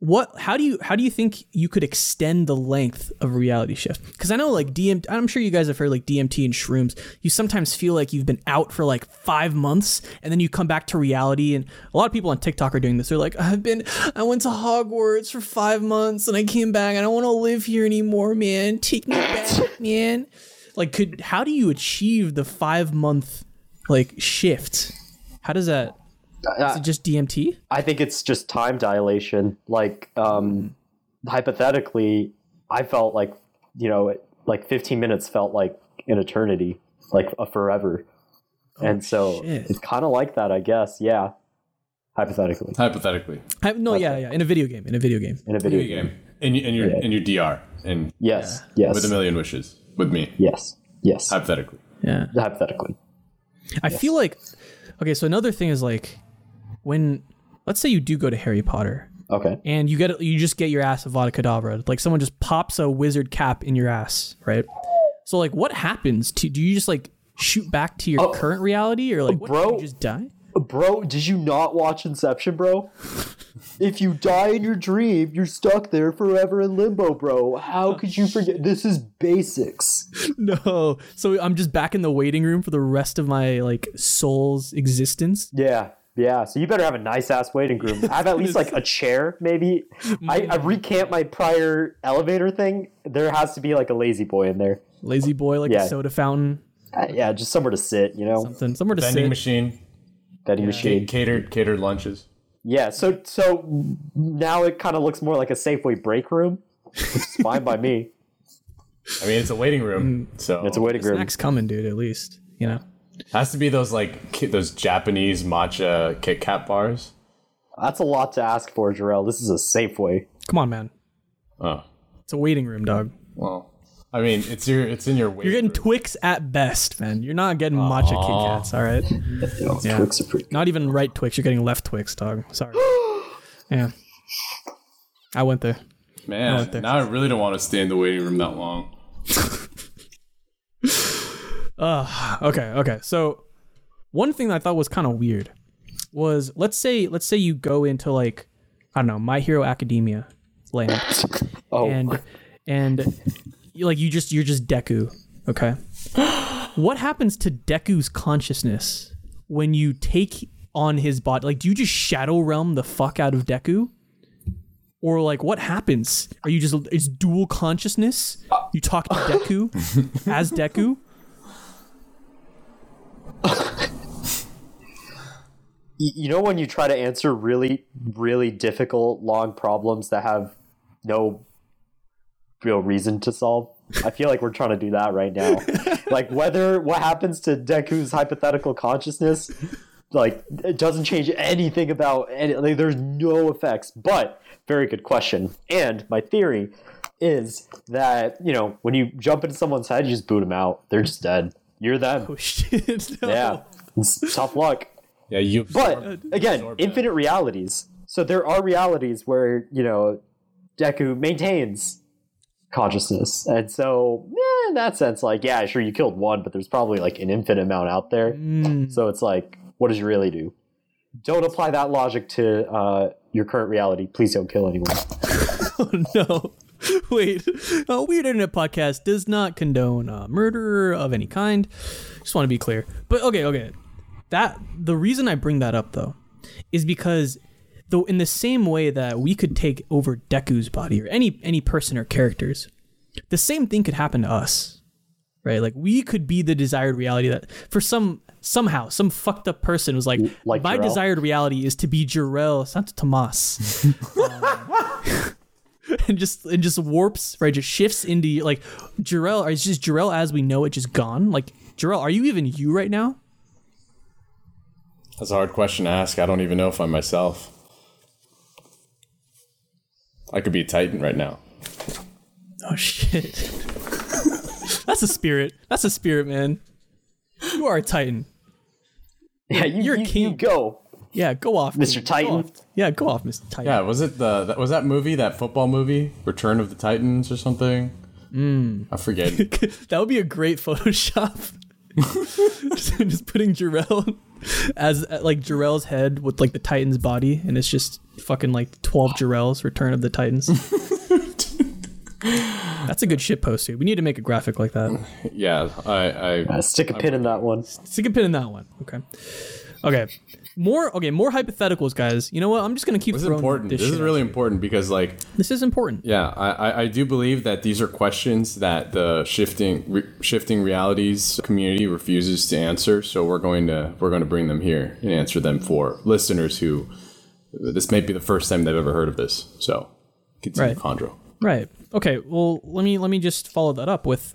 S1: what? How do you how do you think you could extend the length of a reality shift? Because I know like DMT, I'm sure you guys have heard like DMT and shrooms. You sometimes feel like you've been out for like five months, and then you come back to reality. And a lot of people on TikTok are doing this. They're like, I've been, I went to Hogwarts for five months, and I came back. I don't want to live here anymore, man. Take me back, man. Like, could how do you achieve the five month like shift? How does that? Is it just DMT?
S3: I think it's just time dilation. Like um, hypothetically, I felt like you know, it- like 15 minutes felt like an eternity, like a forever. and so
S1: shit.
S3: it's kind of like that, I guess. Yeah, hypothetically
S2: hypothetically
S1: I, no, yeah, yeah, in a video game, in a video game.
S3: in a video
S2: video
S3: game.
S2: game in, y- in your in your DR and
S3: Yes,
S2: with a
S3: yes,
S2: million wishes with me
S3: yes, yes.
S2: hypothetically
S1: Yeah.
S3: Hypothetically,
S1: I feel like okay, so another thing is like when let's say you do go to Harry Potter
S3: okay.
S1: and you get you just get your ass Avada Kedavra. Like someone just pops a wizard cap in your ass, right? So like what happens to do you just like shoot back to your current reality or like what,
S3: bro.
S1: you just die?
S3: Bro, did you not watch Inception, bro? if you die in your dream, you're stuck there forever in limbo, bro. How could you forget? This is basics.
S1: No. So I'm just back in the waiting room for the rest of my like soul's existence.
S3: Yeah, Yeah, so you better have a nice ass waiting room. I have at least like a chair, maybe. I, I
S2: Mm.
S3: recant my prior elevator thing. There has to be like a lazy boy in there.
S1: Lazy boy, like
S3: Yeah.
S1: a soda fountain,
S3: Uh, yeah, just somewhere to sit, you know,
S1: something, somewhere to
S2: vending
S1: sit.
S2: machine,
S3: vending
S2: ca-
S3: machine.
S2: catered catered lunches.
S3: Yeah, so so now it kind of looks more like a Safeway break room, which is fine by me.
S2: I mean, it's a waiting room, so
S3: Mm. It's a waiting room.
S1: Snacks coming, dude. At least you know.
S2: has to be those like ki- those Japanese matcha Kit Kat bars.
S3: That's a lot to ask for, Jarrell. This is a Safeway.
S1: Come on, man.
S2: Oh,
S1: It's a waiting room, dog.
S2: well, I mean, it's your it's in your waiting.
S1: You're getting Twix at best, man. You're not getting matcha Kit Kats, all right? Yeah.
S3: Twix are pretty.
S1: Not even right Twix. You're getting left Twix, dog.
S3: *gasps*
S1: Sorry. yeah. I went there.
S2: man.
S1: there.
S2: now I really don't want to stay in the waiting room that long.
S1: Okay, okay. So one thing that I thought was kind of weird was let's say let's say you go into like I don't know, My Hero Academia land.
S3: Oh,
S1: and and you- like you just you're just Deku, okay? *gasps* what happens to Deku's consciousness when you take on his body? Like, do you just shadow realm the fuck out of Deku? Or like, what happens? Are you just it's dual consciousness? You talk to Deku as Deku.
S3: y- you know when you try to answer really, really difficult, long problems that have no real reason to solve? I feel like we're trying to do that
S1: *laughs*
S3: right now. like whether what happens to Deku's hypothetical consciousness, like it doesn't change anything about any. Like, there's no effects. But very good question. And my theory is that you know when you jump into someone's head, you just boot them out. They're just dead. You're them.
S1: Oh *laughs* shit! no.
S3: Yeah. It's tough luck.
S2: Yeah, you.
S3: But again,
S2: absorb it.
S3: infinite realities. So there are realities where, you know, Deku maintains consciousness. And so, eh, in that sense, like, yeah, sure, you killed one, but there's probably like an infinite amount out there. So it's like, what does you really do? Don't apply that logic to uh, your current reality. Please don't kill anyone.
S1: *laughs* no. Wait, a weird internet podcast does not condone uh, murder of any kind. Just want to be clear. But okay, okay. That the reason I bring that up though is because though in the same way that we could take over Deku's body or any any person or characters, the same thing could happen to us. Right? Like we could be the desired reality that for some somehow some fucked up person was like,
S3: like
S1: my
S3: Jor-El?"
S1: desired reality is to be Jarrell Santo Tomas and just and just warps right just shifts into like Jarrell or it's just Jarrell as we know it just gone like Jarrell are you even you right now
S2: That's a hard question to ask. I don't even know if I'm myself. I could be a Titan right now.
S1: oh shit that's a spirit that's a spirit man you are a titan
S3: yeah, you,
S1: You're
S3: you-
S1: king.
S3: you go,
S1: yeah go off
S3: Mr.
S1: dude.
S3: Titan.
S1: yeah go off Mr. Titan
S2: Yeah, was it the that, was that movie that football movie Return of the Titans or something? Mm. I forget. *laughs*
S1: *laughs* that would be a great Photoshop *laughs* just, just putting Jarrell as uh, like Jarrell's head with like the Titan's body and it's just fucking like 12 Jarrell's Return of the Titans That's a good shit post, dude. We need to make a graphic like that.
S2: yeah, I, I
S3: Uh, stick a pin in that one.
S1: Stick a pin in that one. Okay. Okay. More okay, more hypotheticals, guys. You know what? I'm just gonna keep
S2: this is
S1: throwing
S2: important. This,
S1: This,
S2: is
S1: shit out.
S2: really important because like
S1: This is important.
S2: yeah, I, I, I do believe that these are questions that the shifting re, shifting realities community refuses to answer. So we're going to we're going to bring them here and answer them for listeners who this may be the first time they've ever heard of this. So continue,
S1: Right.
S2: Chondro.
S1: Right. Okay. Well, let me let me just follow that up with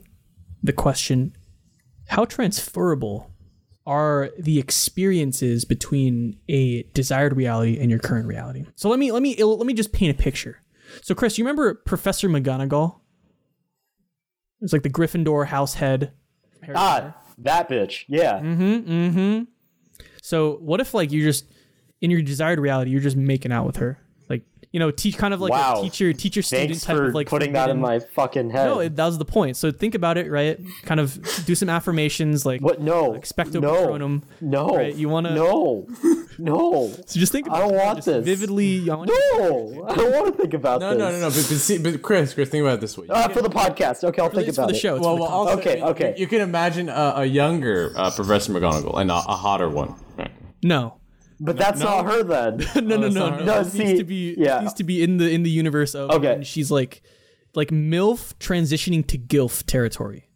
S1: the question: How transferable are the experiences between a desired reality and your current reality? So let me let me let me just paint a picture. So Chris, you remember Professor McGonagall? It was like the Gryffindor house head.
S3: Ah, that bitch. Yeah.
S1: So what if like you're just in your desired reality, you're just making out with her, like you know, teach kind of like a
S3: Wow.
S1: teacher teacher student
S3: Thanks
S1: type
S3: for
S1: of like
S3: putting that in
S1: forbidden-
S3: my fucking head.
S1: No, it, that was the point. So think about it, right? Kind of do some affirmations, like
S3: What? No.
S1: expecto
S3: no.
S1: patronum.
S3: No.
S1: Right, you wanna-
S3: No.
S1: *laughs*
S3: No.
S1: So just think. About
S3: I don't
S1: it,
S3: want
S1: just
S3: this.
S1: Vividly, no.
S3: No. I don't want to think about
S2: No,
S3: this.
S2: no, no, no. But, but, see, but Chris, Chris, think about it this way.
S3: Uh, for the podcast. Okay, I'll think
S1: It's for
S3: about
S1: the
S3: it.
S1: show. It's
S2: well,
S1: for
S2: well,
S1: the
S2: also,
S3: Okay,
S2: you-
S3: okay.
S2: You, can imagine a, a younger uh, Professor McGonagall and a, a hotter one. Right.
S1: No.
S3: But that's
S1: no.
S3: not her then.
S1: *laughs* no, no,
S2: that's
S1: no,
S2: not
S1: no.
S2: her.
S3: No,
S1: it
S3: see,
S1: needs to be
S3: yeah.
S1: it needs to be in the in the universe of
S3: Okay.
S1: and she's like like MILF transitioning to GILF territory.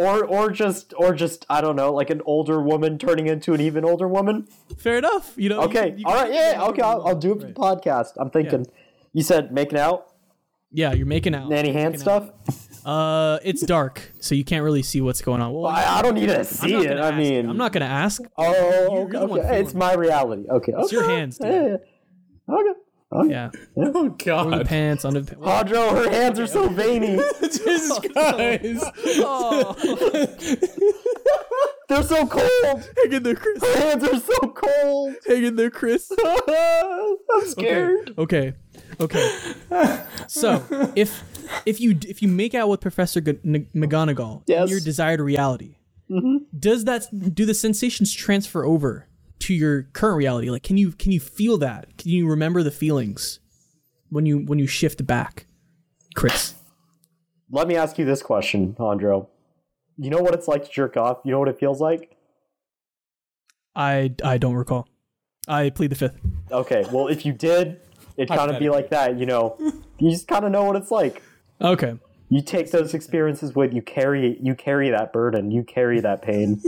S3: or or just or just I don't know, like an older woman turning into an even older woman.
S1: Fair enough. You know. you
S3: Okay,
S1: can- you
S3: all
S1: can
S3: right,
S1: do
S3: yeah,
S1: whatever
S3: okay,
S1: you
S3: I'll, I'll
S1: want.
S3: do it for the podcast. I'm thinking. You said making out,
S1: Yeah, you're making out.
S3: nanny hand
S1: Making out.
S3: stuff.
S1: Uh, it's dark, so you can't really see what's going on. Well,
S3: I, I don't need to
S1: I'm
S3: see
S1: not
S3: it.
S1: gonna
S3: I
S1: ask.
S3: mean,
S1: I'm not gonna ask.
S3: Oh,
S1: you're
S3: okay,
S1: the one
S3: okay. it's
S1: feeling
S3: my reality. Okay,
S1: It's *laughs* your hands, dude.
S3: Okay. okay.
S1: Yeah,
S2: Oh
S1: the
S2: God,
S1: pants under the pants.
S3: Audro, her hands are so *laughs* veiny.
S2: Jesus Christ!
S3: *laughs* They're so cold.
S1: *laughs* Hang in there, Chris.
S3: Her hands are so cold. *laughs*
S1: Hang in there, Chris.
S3: I'm scared.
S1: Okay, okay. So if if you if you make out with Professor G- N- McGonagall
S3: Yes.
S1: in your desired reality, does that do the sensations transfer over to your current reality? Like, can you can you feel that? Can you remember the feelings when you when you shift back, Chris?
S3: Let me ask you this question, Audro. You know what it's like to jerk off? You know what it feels like?
S1: I I don't recall. I plead the fifth.
S3: Okay, well, if you did, it'd kind of be like that, you know? You just kind of know what it's like.
S1: Okay. *laughs*
S3: You take those experiences with you carry you carry that burden, you carry that pain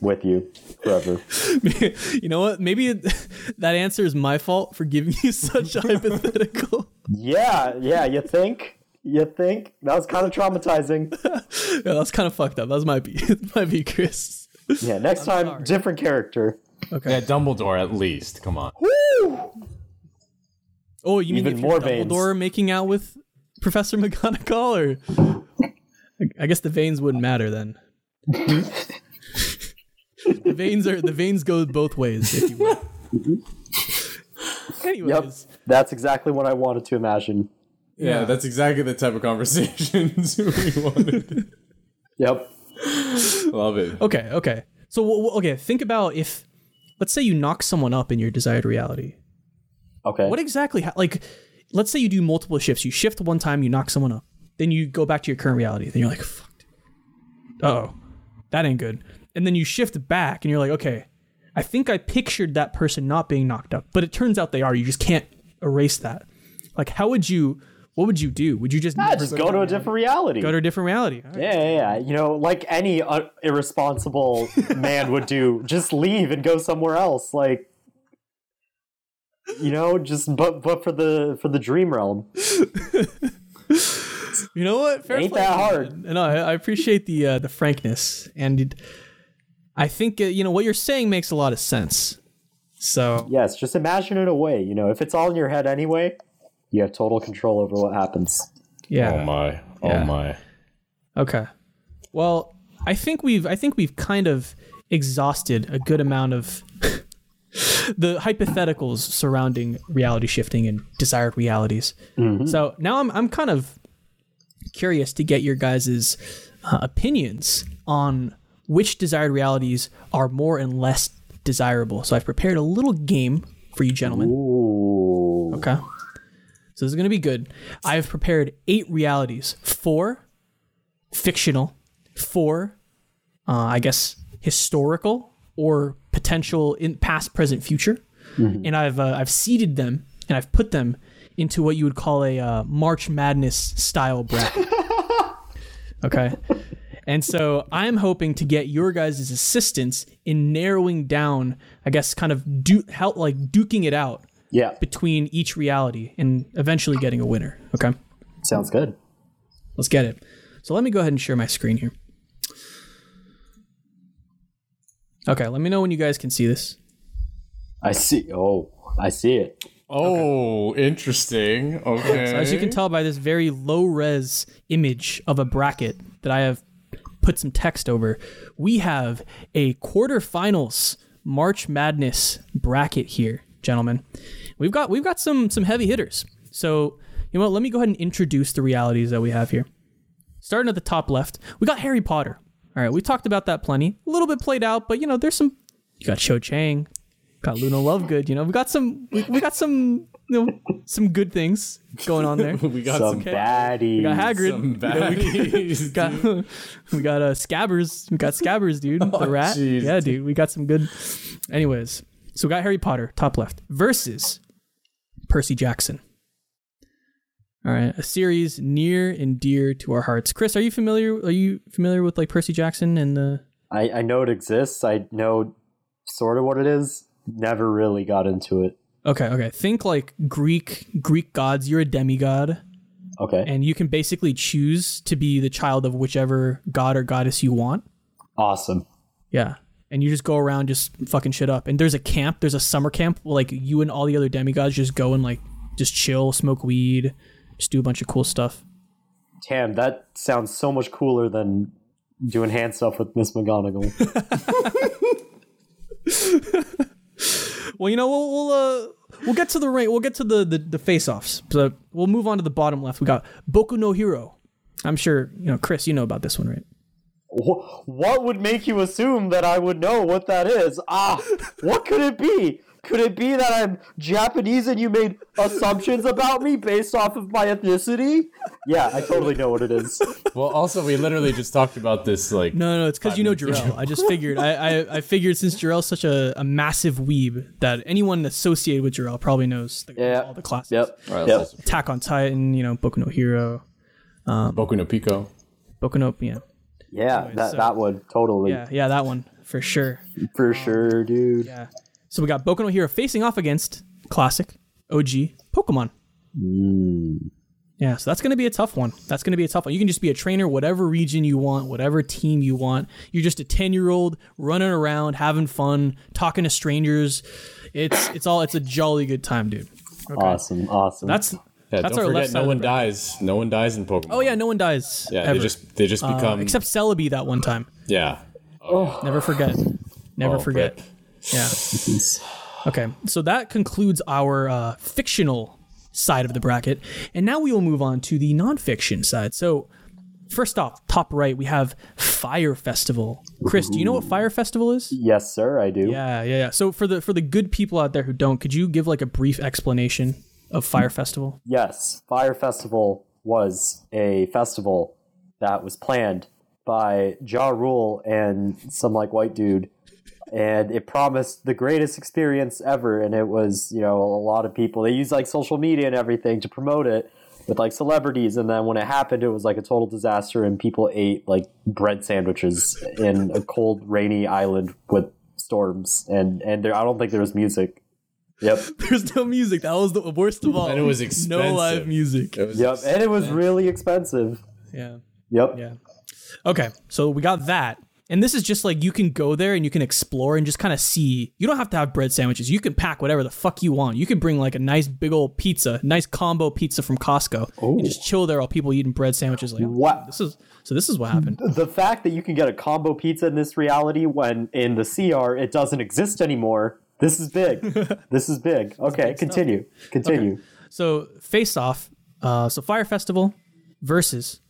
S3: with you forever.
S1: you know what? Maybe *laughs* it, that answer is my fault for giving you such *laughs* a hypothetical.
S3: Yeah, yeah, you think? You think? That was kind
S1: *laughs*
S3: of traumatizing.
S1: Yeah, that's kind of fucked up. That might be *laughs* might be Chris.
S3: Yeah, next time, different character.
S1: Okay.
S2: Yeah, Dumbledore at least. Come on.
S1: Oh, you mean
S3: Even
S1: if
S3: more
S1: you're
S3: veins.
S1: Dumbledore making out with Professor McGonagall, or I guess the veins wouldn't matter *laughs* then. the veins are the veins go both ways, if you will.
S3: *laughs*
S1: Anyways,
S3: That's exactly what I wanted to imagine.
S2: Yeah, that's exactly the type of conversations *laughs* we wanted.
S3: Yep.
S2: Love it.
S1: okay, okay. So, w- w- okay, think about if, let's say you knock someone up in your desired reality.
S3: Okay.
S1: What exactly? Ha- like, let's say you do multiple shifts. You shift one time, you knock someone up, then you go back to your current reality. Then you're like, "Fuck, oh, that ain't good." And then you shift back, and you're like, "Okay, I think I pictured that person not being knocked up, but it turns out they are. You just can't erase that. Like, how would you? What would you do? Would you just
S3: Ah,
S1: never
S3: just go to a different reality.
S1: go to a different reality? All right.
S3: yeah, yeah, yeah. You know, like any uh,
S1: *laughs*
S3: irresponsible man would do, just leave and go somewhere else. Like, you know, just but but for the for the dream realm.
S1: You know what? Fair
S3: Ain't
S1: play,
S3: that
S1: man.
S3: hard.
S1: No, I, I appreciate the uh, the frankness, and it- I think uh, you know what you're saying makes a lot of sense. So
S3: Yes, just imagine it away. You know, if it's all in your head anyway, you have total control over what happens.
S1: yeah,
S2: Oh my. Oh
S1: Yeah.
S2: my.
S1: Okay. Well, I think we've I think we've kind of exhausted a good amount of *laughs* the hypotheticals surrounding reality shifting and desired realities. So now I'm I'm kind of curious to get your guys' uh, opinions on which desired realities are more and less desirable. So I've prepared a little game for you gentlemen.
S3: Ooh.
S1: Okay. So this is going to be good. I have prepared eight realities four fictional, four, uh, I guess, historical or potential in past, present, future. And I've, uh, I've seeded them and I've put them into what you would call a uh, March Madness style bracket. okay. And so I'm hoping to get your guys' assistance in narrowing down, I guess, kind of du- help like duking it out
S3: Yeah.
S1: between each reality and eventually getting a winner. Okay,
S3: Sounds good.
S1: let's get it. So let me go ahead and share my screen here. Okay, let me know when you guys can see this.
S3: I see. Oh, I see it.
S2: Oh, interesting. Okay.
S1: As you can tell by this very low res image of a bracket that I have put some text over, we have a quarterfinals March Madness bracket here, gentlemen. We've got we've got some some heavy hitters. So you know what? Let me go ahead and introduce the realities that we have here. Starting at the top left, we got Harry Potter. All right, we talked about that plenty. A little bit played out, but you know, there's some. You got Cho Chang. Got Luna Lovegood. You know, we got some. We, we got some. You know, some good things going on there.
S2: *laughs* we got
S3: some
S2: some,
S3: baddies.
S1: We got Hagrid. *laughs*
S2: some
S1: You know, we
S2: baddies.
S1: got
S2: dude.
S1: *laughs*
S2: Oh,
S1: we got uh, Scabbers. We got Scabbers,
S2: *laughs*
S1: dude. the rat.
S2: jeez.
S1: Yeah, dude. We got some good. Anyways, so we got Harry Potter, top left, versus Percy Jackson. All right, a series near and dear to our hearts. Chris, are you familiar? Are you familiar with like Percy Jackson and the?
S3: I, I know it exists. I know sort of what it is. Never really got into it.
S1: Okay, okay. Think like Greek Greek gods. You're a demigod,
S3: Okay.
S1: and you can basically choose to be the child of whichever god or goddess you want.
S3: awesome.
S1: Yeah. And you just go around just fucking shit up. And there's a camp, there's a summer camp where like you and all the other demigods just go and like just chill, smoke weed, just do a bunch of cool stuff.
S3: Damn, that sounds so much cooler than doing hand stuff with Miss McGonagall.
S1: Well, you know, we'll we'll uh, we'll get to the ring, we'll get to the the, the face offs. So we'll move on to the bottom left. We got Boku no Hero. I'm sure you know, Chris, you know about this one, right?
S3: Wh- what would make you assume that I would know what that is? Ah, what could it be? Could it be that I'm Japanese and you made assumptions about me based off of my ethnicity? Yeah, I totally know what it is.
S2: well, also we literally just talked about this like
S1: No, no, it's because you know Jarrell. I just figured. I, I, I figured since Jarrell's such a, a massive weeb that anyone associated with Jarrell probably knows the,
S3: Yeah.
S1: all the classes.
S3: Yep.
S2: All right,
S3: yep.
S2: let's-
S1: Attack on Titan, you know, Boku no Hero,
S2: Boku no Pico.
S1: Boku no, yeah.
S3: Yeah, that, that would totally.
S1: Yeah, yeah, that one for sure.
S3: For sure, dude.
S1: Yeah. So we got Boku no Hero facing off against classic OG Pokemon.
S2: Hmm.
S1: Yeah, so that's going to be a tough one. That's going to be a tough one. You can just be a trainer, whatever region you want, whatever team you want. You're just a 10 year old running around, having fun, talking to strangers. It's it's all it's a jolly good time, dude.
S3: Awesome, awesome.
S1: That's
S2: Yeah,
S1: that's
S2: don't
S1: our
S2: forget,
S1: left side.
S2: no
S1: of
S2: one
S1: the bracket.
S2: dies. No one dies in Pokemon.
S1: Oh yeah, no one dies.
S2: yeah.
S1: ever. Uh,
S2: They just they just become
S1: except Celebi that one time.
S2: yeah.
S1: Never forget. Never
S2: Oh,
S1: forget.
S2: rip.
S1: Yeah. Okay, so that concludes our uh, fictional side of the bracket, and now we will move on to the nonfiction side. So, first off, top right, we have Fire Festival. Chris, do you know what Fire Festival is?
S3: yes, sir, I do.
S1: Yeah, yeah, yeah. So for the for the good people out there who don't, could you give like a brief explanation of Fire Festival?
S3: Yes, Fire Festival was a festival that was planned by Ja Rule and some like white dude. And it promised the greatest experience ever. And it was, you know, a lot of people. They used like social media and everything to promote it with like celebrities. And then when it happened, it was like a total disaster. And people ate like bread sandwiches in a cold, rainy island with storms. And, and there, I don't think there was music. Yep.
S1: *laughs* There's no music. That was the worst of all.
S2: And it was expensive.
S1: no live music.
S2: It was-
S3: Yep. And it was really expensive.
S1: Yeah.
S3: Yep.
S1: Yeah. Okay, so we got that. And this is just like you can go there and you can explore and just kind of see. You don't have to have bread sandwiches. You can pack whatever the fuck you want. You can bring like a nice big old pizza, nice combo pizza from Costco, and just chill there while people eating bread sandwiches. Like, oh,
S3: Wow.
S1: This is so. This is what happened.
S3: the fact that you can get a combo pizza in this reality when in the CR it doesn't exist anymore. This is
S1: *laughs*
S3: big. this is big. Okay, continue. Continue.
S1: So face off. Uh, so Fire Festival versus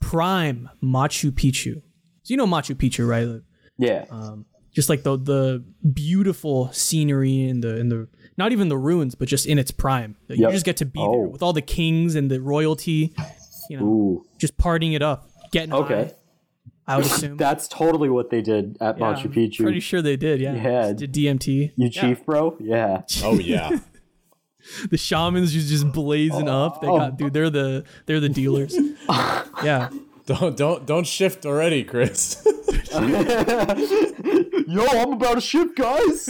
S1: Prime Machu Picchu. So you know Machu Picchu, right?
S3: Yeah.
S1: Um, just like the the beautiful scenery and the and the not even the ruins, but just in its prime. Like, You
S3: Yep.
S1: just get to be
S3: Oh.
S1: there with all the kings and the royalty, you know,
S3: Ooh.
S1: just partying it up, getting
S3: Okay.
S1: high, I would assume.
S3: That's totally what they did at
S1: Yeah,
S3: Machu
S1: I'm
S3: Picchu.
S1: Pretty sure they did, yeah.
S3: Yeah.
S1: Just Did DMT.
S3: you chief, bro?
S1: *laughs*
S3: Yeah.
S2: Oh yeah. *laughs*
S1: The shamans just just blazing up. They
S3: Oh.
S1: got dude, they're the they're the
S3: *laughs*
S1: dealers. yeah.
S2: don't don't don't shift already, Chris.
S3: Yo, I'm about to ship,
S1: *laughs*
S3: guys.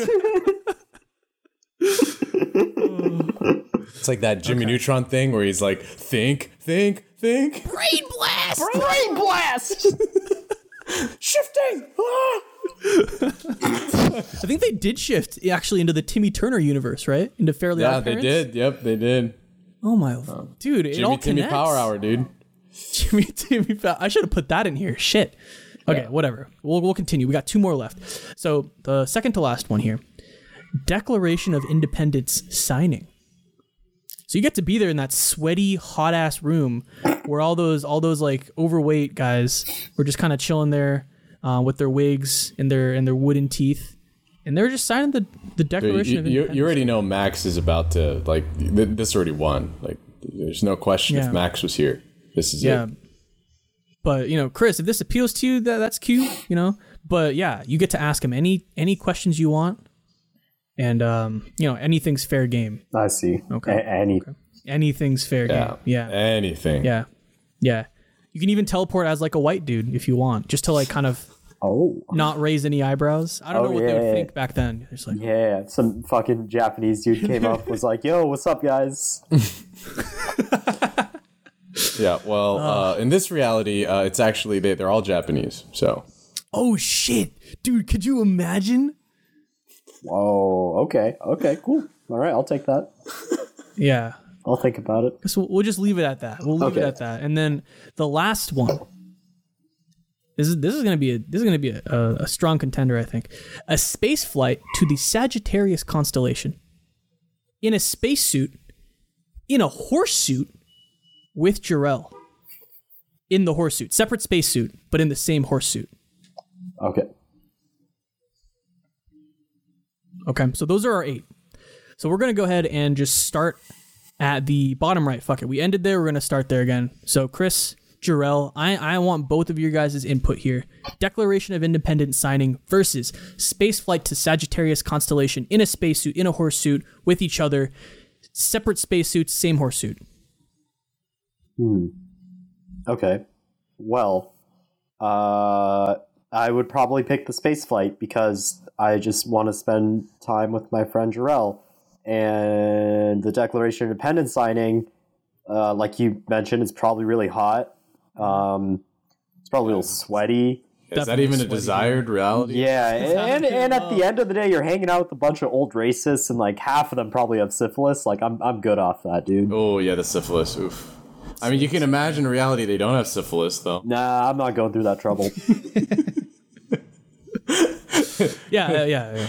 S2: It's like that Jimmy Neutron thing where he's like, think, think, think.
S1: Brain blast!
S3: Brain blast.
S1: *laughs*
S2: Shifting! Ah!
S1: I think they did shift actually into the Timmy Turner universe, right? Into Fairly
S2: Yeah,
S1: Odd
S2: they
S1: Parents?
S2: did. Yep, they did.
S1: Oh my dude, it all
S2: Jimmy Timmy
S1: connects.
S2: Power Hour, dude.
S1: *laughs* Jimmy Timmy Fallon. I should have put that in here. Shit. Okay, whatever. We'll we'll continue. We got two more left. So the second to last one here, Declaration of Independence signing. So you get to be there in that sweaty, hot ass room where all those all those like overweight guys were just kind of chilling there uh, with their wigs and their and their wooden teeth, and they're just signing the the
S2: Dude,
S1: Declaration
S2: you,
S1: of
S2: you,
S1: Independence.
S2: you already know Max is about to like th- this already won. Like there's no question
S1: Yeah.
S2: if Max was here. This is
S1: yeah.
S2: it.
S1: But you know, Chris, if this appeals to you, that that's cute. You know, but yeah, you get to ask him any any questions you want, and um, you know, anything's fair game.
S3: I see.
S1: Okay.
S3: A- any.
S1: Anything's fair
S2: Yeah.
S1: game. Yeah.
S2: Anything.
S1: Yeah. Yeah. You can even teleport as like a white dude if you want, just to like kind of
S3: Oh.
S1: not raise any eyebrows. I don't
S3: Oh,
S1: know what they
S3: yeah.
S1: would think back then. It's like,
S3: Yeah, some fucking Japanese dude came up, was like, "Yo, what's up,
S1: *laughs*
S3: guys?"
S2: Yeah, well, uh, in this reality, uh, it's actually they, they're all Japanese. So
S1: oh shit, dude, could you imagine?
S3: Whoa. Okay. Okay. Cool. All right. I'll take that.
S1: Yeah.
S3: I'll think about it.
S1: So we'll just leave it at that. We'll leave it
S3: Okay.
S1: at that. And then the last one. This is this is gonna be a this is gonna be a, a, a strong contender, I think. A space flight to the Sagittarius constellation. In a spacesuit, in a horsesuit, with Jarell. In the horsesuit. Separate spacesuit, but in the same horsesuit.
S3: Okay.
S1: Okay, so those are our eight. So we're gonna go ahead and just start at the bottom right. Fuck it. We ended there. We're gonna start there again. So Chris, Jarrell, I I want both of your guys' input here. Declaration of Independence signing versus space flight to Sagittarius constellation in a spacesuit, in a horsesuit, with each other, separate spacesuits, same horsesuit.
S3: Okay. Well, uh, I would probably pick the space flight because I just want to spend time with my friend Jarrell. And the Declaration of Independence signing, uh, like you mentioned, is probably really hot. Um, it's probably a little sweaty.
S2: is that
S1: Definitely
S2: even a
S1: sweaty.
S2: desired reality?
S3: Yeah, and,
S1: too
S3: and at the end of the day, you're hanging out with a bunch of old racists, and like half of them probably have syphilis. Like, I'm, I'm good off that, dude.
S2: Oh yeah, the syphilis. Oof. I mean, you can imagine in reality they don't have syphilis though.
S3: Nah, I'm not going through that trouble.
S1: Yeah, yeah, yeah, yeah.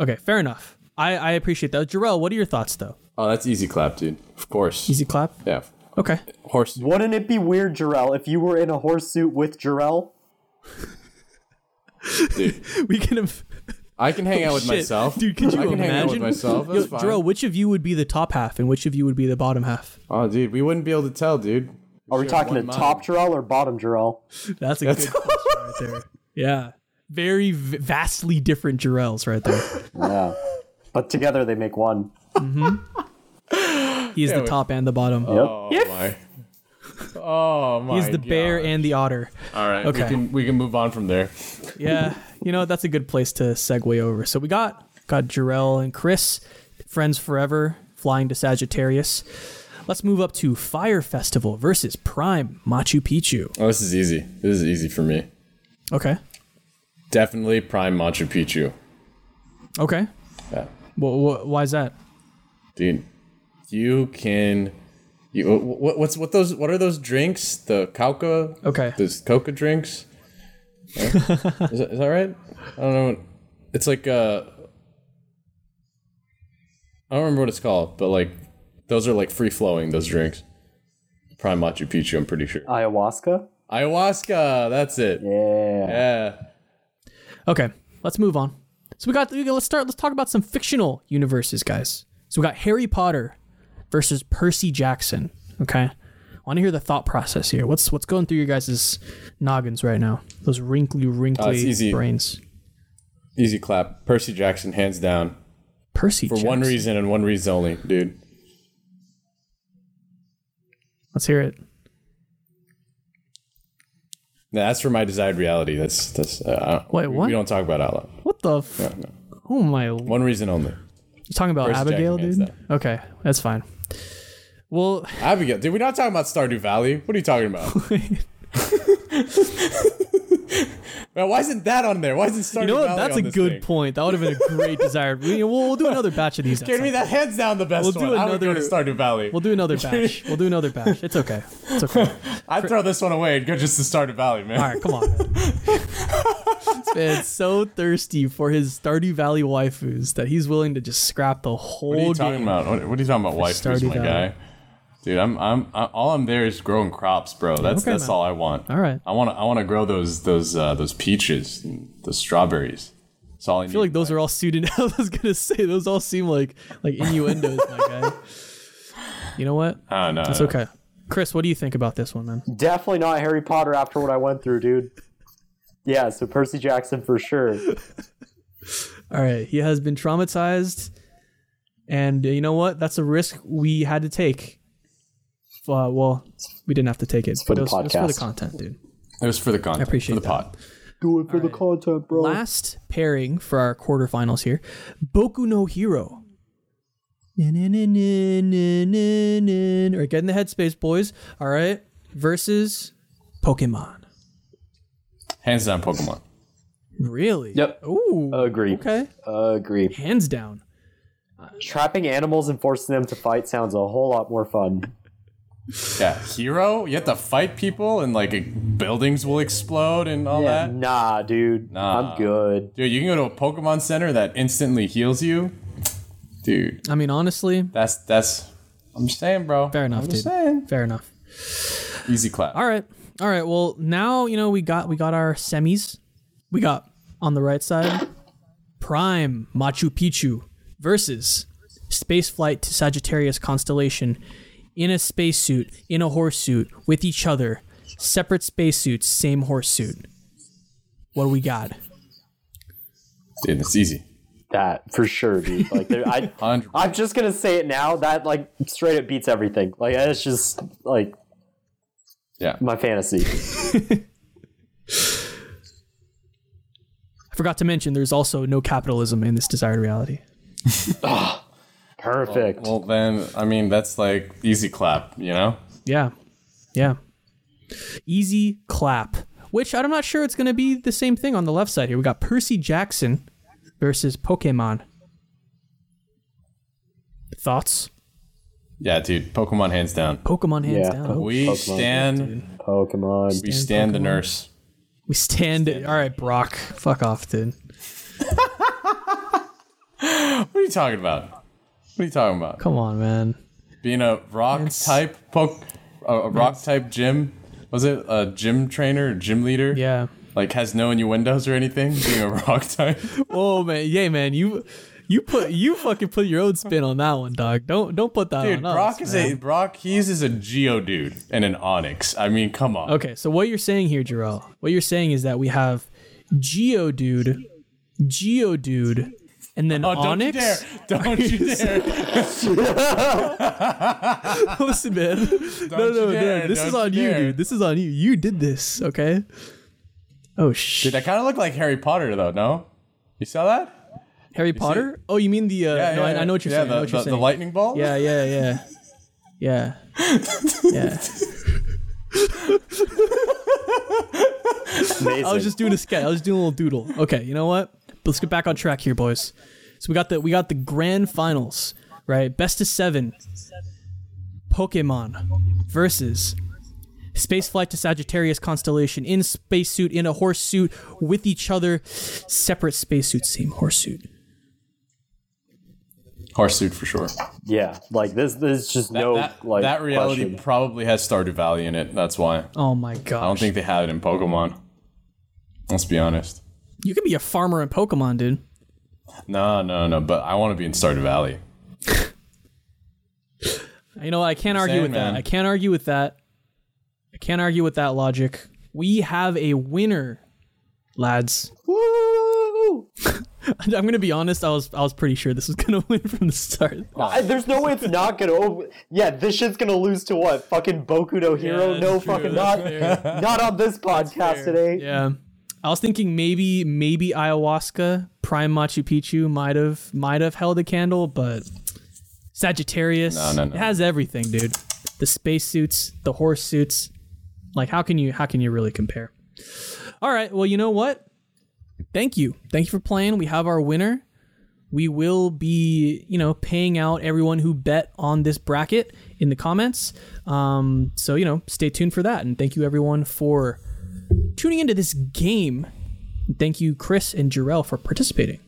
S1: Okay, fair enough. I, I appreciate that. Jarrell, what are your thoughts though?
S2: Oh, that's easy clap, dude. Of course.
S1: Easy clap.
S2: Yeah.
S1: Okay. *laughs*
S2: Horse.
S3: Wouldn't it be weird, Jarrell, if you were in a horsesuit with Jarrell?
S2: Dude.
S1: We can. have-
S2: I can hang
S1: *laughs*
S2: out with
S1: Oh, Shit.
S2: myself.
S1: Dude, could you
S2: I can
S1: imagine?
S2: hang out with myself. That's
S1: Yo,
S2: fine.
S1: Jarrell, which of you would be the top half and which of you would be the bottom half?
S2: Oh, dude, we wouldn't be able to tell, dude.
S3: Are we
S2: Sure,
S3: talking to
S2: one mile.
S3: top Jarrell or bottom Jarrell?
S1: That's a
S2: That's-
S1: good question right
S2: *laughs*
S1: there. Yeah. Very v- vastly different Jarrells right there.
S3: *laughs* Yeah. But together they make one.
S1: He is the
S2: we-
S1: top and the bottom.
S2: Oh my. Oh my.
S1: He's the bear and the otter.
S2: All right.
S1: Okay.
S2: We can we can move on from there.
S1: Yeah. You know, that's a good place to segue over. So we got got Jarrell and Chris, friends forever, flying to Sagittarius. Let's move up to Fire Festival versus Prime Machu Picchu.
S2: Oh, this is easy. This is easy for me.
S1: Okay.
S2: Definitely prime Machu Picchu.
S1: Okay.
S2: Yeah.
S1: Well, why is that?
S2: Dude, you can. You what, what's what those what are those drinks? The coca.
S1: Okay.
S2: Those coca drinks. Right? is, that, is that right? I don't know. what- It's like uh. I don't remember what it's called, but like, those are like free flowing. Those drinks. Prime Machu Picchu. I'm pretty sure.
S3: Ayahuasca?
S2: Ayahuasca. That's it.
S3: Yeah.
S2: Yeah.
S1: Okay, let's move on. So we got we got- let's start let's talk about some fictional universes, guys. So we got Harry Potter versus Percy Jackson. Okay. I want to hear the thought process here. What's what's going through your guys' noggins right now? Those wrinkly, wrinkly
S2: easy.
S1: brains.
S2: Easy clap. Percy Jackson, hands down.
S1: Percy
S2: For one reason and one reason only, dude.
S1: Let's hear it.
S2: Now, that's for my desired reality. That's that's. Uh, I-
S1: Wait,
S2: we-
S1: what?
S2: We don't talk about out loud.
S1: What the? F- Oh my! You're
S2: One reason only.
S1: talking about
S2: Percy
S1: Abigail,
S2: Jackson, hands
S1: dude? Okay, that's fine. Well,
S2: Abigail, dude, we're not talking about Stardew Valley. What are you
S1: *laughs*
S2: talking about? Man, why isn't that on there? Why isn't Stardew
S1: you know what?
S2: Valley
S1: That's
S2: on
S1: a
S2: this
S1: good
S2: thing?
S1: point. That would have been a
S2: *laughs*
S1: great desired. We, we'll, we'll do another batch of these. at
S2: Give me
S1: some
S2: that hands down the best
S1: We'll do
S2: one. I would go to
S1: another-
S2: Stardew Valley.
S1: We'll do another batch. We'll do another batch. It's okay. It's okay.
S2: I'd throw this one away and go just to Stardew Valley, man.
S1: All right, come on. Man. This man's so thirsty for his Stardew Valley waifus that he's willing to just scrap the whole
S2: What are you
S1: game.
S2: talking about? What, what are you talking about, wife? Who's
S1: Stardew
S2: my
S1: Valley.
S2: guy? Dude, I'm, I'm, I, all I'm there is growing crops, bro. That's,
S1: Okay,
S2: that's
S1: man.
S2: all I want.
S1: All right.
S2: I want to, I want to grow those, those, uh, those peaches, and those strawberries. It's all I,
S1: I feel like those
S2: are.
S1: are all pseudonym. *laughs* I was gonna say those all seem like like innuendos, my guy. You know what?
S2: Oh, no,
S1: That's
S2: no.
S1: okay. Chris, what do you think about this one, man?
S3: Definitely not Harry Potter after what I went through, dude. Yeah, so Percy Jackson for *laughs* sure.
S1: All right, he has been traumatized, and uh, you know what? That's a risk we had to take. Uh, well, we didn't have to take it,
S3: for
S1: but
S3: the
S1: it was, it was for the
S3: podcast.
S1: content, dude.
S2: It was for the content.
S1: appreciate
S2: for the
S1: that.
S2: pot.
S3: Do it for the content, bro.
S1: Last pairing for our quarterfinals here, Boku no Hero. Na-na-na-na-na-na-na. All right, get in the headspace, boys. All right, versus Pokemon.
S2: Hands down, Pokemon.
S1: Really?
S3: Yep.
S1: Ooh.
S3: Agree.
S1: Okay.
S3: Agree.
S1: Hands down.
S3: Trapping animals and forcing them to fight sounds a whole lot more fun.
S2: Yeah, hero. You have to fight people, and like buildings will explode and all
S3: Yeah,
S2: that.
S3: nah, dude.
S2: Nah.
S3: I'm good.
S2: Dude, you can go to a Pokemon Center that instantly heals you. Dude,
S1: I mean, honestly,
S2: that's that's. I'm saying, bro.
S1: fair enough,
S2: I'm
S1: dude.
S2: just saying.
S1: Fair enough.
S2: Easy clap.
S1: All right. All right. Well, now you know we got we got our semis. We got on the right side Prime Machu Picchu versus space flight to Sagittarius constellation in a spacesuit, in a horsesuit with each other, separate spacesuits, same horsesuit. What do we got?
S2: Dude, it's easy.
S3: That for sure, dude. Like, there, *laughs* I,
S2: Hundred.
S3: I'm just gonna say it now. That like straight up beats everything. Like, it's just like
S2: Yeah.
S3: my fantasy.
S1: I forgot to mention there's also no capitalism in this desired reality.
S3: Perfect.
S1: Oh,
S2: Well, then, I mean, that's like easy clap. You know.
S1: Yeah. Yeah. Easy clap. Which I'm not sure it's going to be the same thing on the left side here. We got Percy Jackson versus Pokemon. Thoughts?
S2: Yeah, dude. Pokemon hands down.
S1: Pokemon hands
S3: Yeah.
S1: down.
S2: We
S3: Pokemon.
S2: stand.
S1: *laughs*
S3: Pokemon.
S2: We stand the nurse.
S1: We stand. All right, Brock. Fuck off, dude.
S2: What are you talking about? What are you talking about?
S1: Come on, man.
S2: being a rock type poke, a, a rock type gym. Was it a gym trainer, or gym leader?
S1: Yeah.
S2: Like has no innuendos or anything. *laughs* Being a rock type.
S1: *laughs* Oh man, yay, man. You, you put you fucking put your own spin on that one, dog. Don't don't put that
S2: Dude,
S1: on us,
S2: Brock is
S1: man.
S2: a Brock. He uses a Geodude and an Onyx. I mean, come on.
S1: Okay, so what you're saying here, Jarrell, what you're saying is that we have Geodude, Geodude, and then
S2: Oh, don't you dare! *laughs*
S1: Onyx.
S2: Don't you dare!
S1: *laughs* Listen,
S2: *laughs*
S1: man. no,
S2: you
S1: no,
S2: dare,
S1: no. This is
S2: don't
S1: on
S2: you
S1: you,
S2: dare.
S1: dude. This is on you. You did this, okay? Oh shit.
S2: Dude, I kind of look like Harry Potter though. No, you saw that?
S1: Harry Potter? oh, you mean the? Uh, no, I, I know what you're
S2: yeah,
S1: saying.
S2: The,
S1: I know what
S2: the,
S1: you're
S2: the
S1: saying.
S2: lightning ball.
S1: yeah, yeah, yeah, yeah,
S2: *laughs*
S1: yeah.
S3: Amazing.
S1: I was just doing a sketch. I was doing a little doodle. Okay, you know what? Let's get back on track here, boys. So we got the we got the grand finals, right? Best of seven. Pokemon versus space flight to Sagittarius constellation in spacesuit in a horsesuit with each other, separate spacesuit, same horsesuit.
S2: Horsuit for sure.
S3: yeah. Like this. There's just no
S2: that,
S3: like
S2: that reality
S3: question.
S2: probably has Stardew Valley in it. That's why.
S1: Oh my
S2: I don't
S1: gosh!
S2: think they have it in Pokemon. Let's be honest.
S1: You could be a farmer in Pokemon, dude.
S2: No, no, no. But I want to be in Stardew Valley.
S1: You know, I can't argue
S2: saying,
S1: with
S2: man.
S1: that. I can't argue with that. I can't argue with that logic. We have a winner, lads.
S3: Woo!
S1: *laughs* I'm gonna be honest. I was I was pretty sure this was gonna *laughs* win from the start.
S3: I- there's no way it's not gonna. Over- yeah, this shit's gonna lose to what? Fucking Boku no Hero?
S1: that's
S3: no
S1: true,
S3: fucking
S1: that's
S3: not. *laughs* Not on this podcast today.
S1: Yeah, I was thinking maybe maybe ayahuasca, prime Machu Picchu might have might have held a candle, but Sagittarius
S2: No, no, no.
S1: it has everything, dude. The spacesuits, the horse suits. Like, how can you how can you really compare? All right. Well, you know what? Thank you, thank you for playing. We have our winner. we will be you know paying out everyone who bet on this bracket in the comments um, so you know stay tuned for that and thank you everyone for tuning into this game And thank you chris and jarrell for participating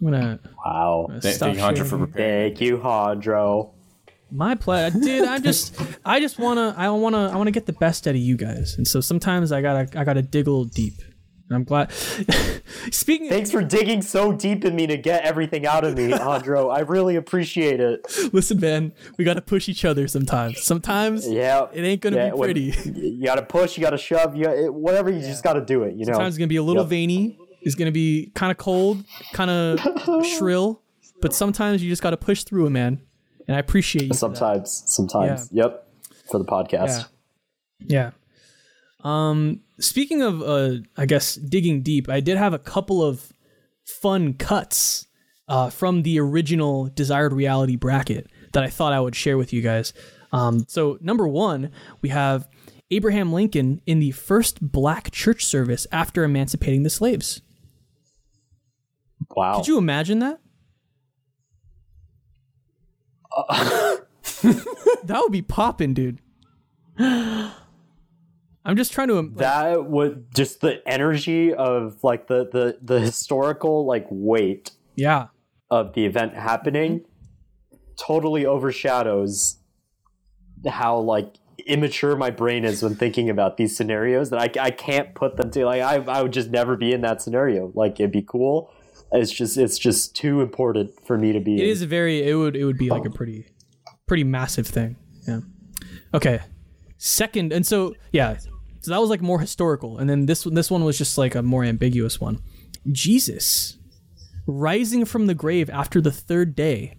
S1: i'm gonna
S3: Wow.
S2: Thank,
S1: Stop
S2: thank you, Hunter,
S1: sharing.
S2: for preparing.
S3: Thank you, Hondro.
S1: my play dude i just i just wanna i wanna i wanna get the best out of you guys and so sometimes i gotta i gotta dig a little deep I'm glad. *laughs* Speaking
S3: Thanks for digging so deep in me to get everything
S1: *laughs*
S3: out of me, Andro. I really appreciate it.
S1: Listen, man, we got to push each other sometimes. Sometimes
S3: Yeah,
S1: it ain't going to
S3: yeah,
S1: be
S3: when-
S1: pretty.
S3: you got to push, you got to shove, you it, whatever. You just got to do it. You know.
S1: Sometimes it's going to be a little
S3: Yep.
S1: veiny. It's going to be kind of cold, kind of shrill. But sometimes you just got to push through it, man. And I appreciate you. for that.
S3: Sometimes, sometimes. Yep. For the podcast.
S1: Yeah. Yeah. Um, speaking of, uh, I guess digging deep, I did have a couple of fun cuts uh, from the original desired reality bracket that I thought I would share with you guys. Um, so number one, we have Abraham Lincoln in the first black church service after emancipating the slaves.
S3: Wow.
S1: Could you imagine that? that would be popping, dude. I'm just trying to. im-
S3: that would just the energy of like the the the historical like weight
S1: yeah,
S3: of the event happening totally overshadows how like immature my brain is when thinking about these scenarios that I, I can't put them to like I, I would just never be in that scenario like it'd be cool it's just it's just too important for me to be
S1: it
S3: in.
S1: is a very. It would. It would be like a pretty, pretty massive thing. Yeah. Okay. Second, and so yeah, so that was like more historical, and then this one- this one was just like a more ambiguous one. Jesus rising from the grave after the third day,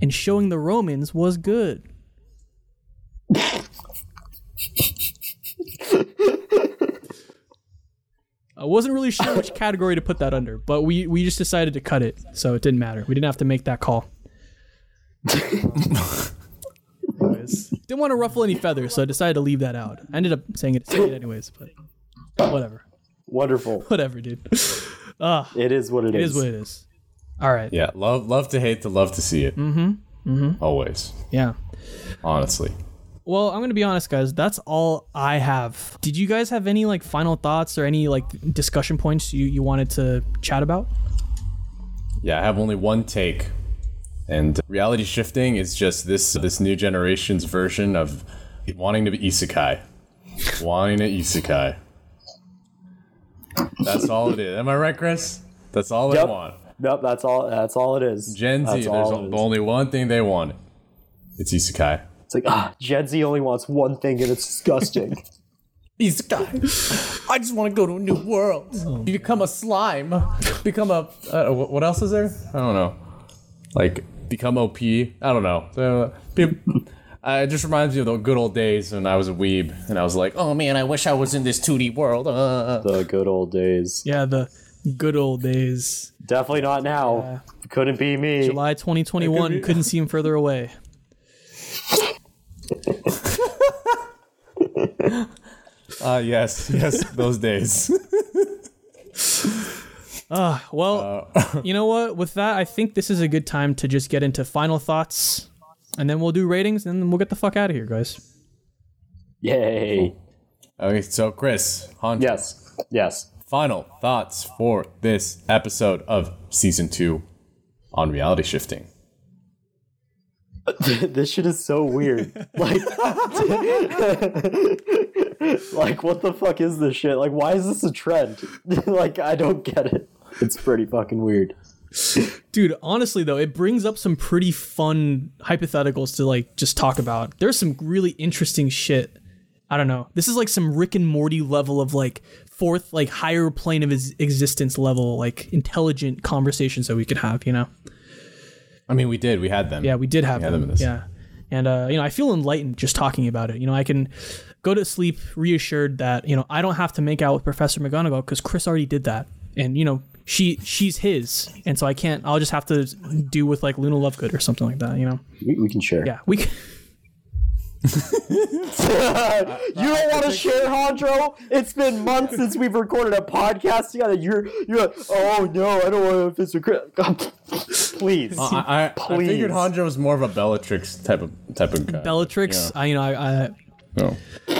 S1: and showing the Romans was good. I wasn't really sure which category to put that under, but we, we just decided to cut it, so it didn't matter. We didn't have to make that call. anyways, didn't want to ruffle any feathers, so I decided to leave that out. I ended up saying it, saying it anyways, but whatever,
S3: wonderful
S1: whatever, dude.
S3: it is
S1: *laughs*
S3: what
S1: It is what it is. All right,
S2: Yeah, love love to hate to love to see it. Mm-hmm. mm-hmm. Always,
S1: yeah.
S2: honestly.
S1: Well, I'm gonna be honest, guys. That's all I have. Did you guys have any like final thoughts or any like discussion points you you wanted to chat about?
S2: Yeah, I have only one take, and reality shifting is just this this new generation's version of wanting to be isekai, wanting to isekai. That's all it is. Am I right, Chris? That's all they
S3: Yep.
S2: want.
S3: nope that's all that's all it is
S2: Gen Z.
S3: that's
S2: There's
S3: all it is.
S2: only one thing they want. It's isekai.
S3: it's like ah gen z only wants one thing and it's
S1: *laughs*
S3: disgusting
S2: I just want to go to a new world. You become a slime. Become a. Uh, wh- what else is there? I don't know. Like, become OP. I don't know. So, be- uh, it just reminds me of the good old days when I was a weeb and I was like, oh man, I wish I was in this 2D world. Uh.
S3: the good old days
S1: Yeah, the good old days.
S3: definitely not now couldn't be me
S1: July 2021. Couldn't seem further away.
S2: Ah, yes, *laughs* yes, those days.
S1: Ah, Well, you know what? With that, I think this is a good time to just get into final thoughts, and then we'll do ratings, and then we'll get the fuck out of here, guys.
S3: yay
S2: okay, so Chris, Hunter,
S3: yes yes
S2: final thoughts for this episode of season two on reality shifting.
S3: *laughs* this shit is so weird. Like, *laughs* like what the fuck is this shit? Like, why is this a trend? *laughs* like, I don't get it. It's pretty fucking weird.
S1: Dude, honestly though, it brings up some pretty fun hypotheticals to like just talk about. There's some really interesting shit. I don't know. This is like some Rick and Morty level of like fourth, like higher plane of his existence level, like intelligent conversations that we could have. You know?
S2: I mean, we did. We had them.
S1: Yeah, we did have
S2: Yeah,
S1: them.
S2: them in this.
S1: Yeah, and uh, you know, I feel enlightened just talking about it. You know, I can go to sleep reassured that you know I don't have to make out with Professor McGonagall because Chris already did that, and you know she she's his, and so I can't. I'll just have to do with like Luna Lovegood or something like that. You know?
S3: We, we can share. *laughs*
S1: Yeah, we. Can,
S3: you don't want to share, Hondro? It's been months since we've recorded a podcast together. You're, you're like, oh no, I don't want to official. *laughs* Please.
S2: I, I, I
S3: Please.
S2: figured Hanjo was more of a Bellatrix type of type of guy.
S1: *laughs* Bellatrix. I you know I. I
S2: Oh.
S1: yeah.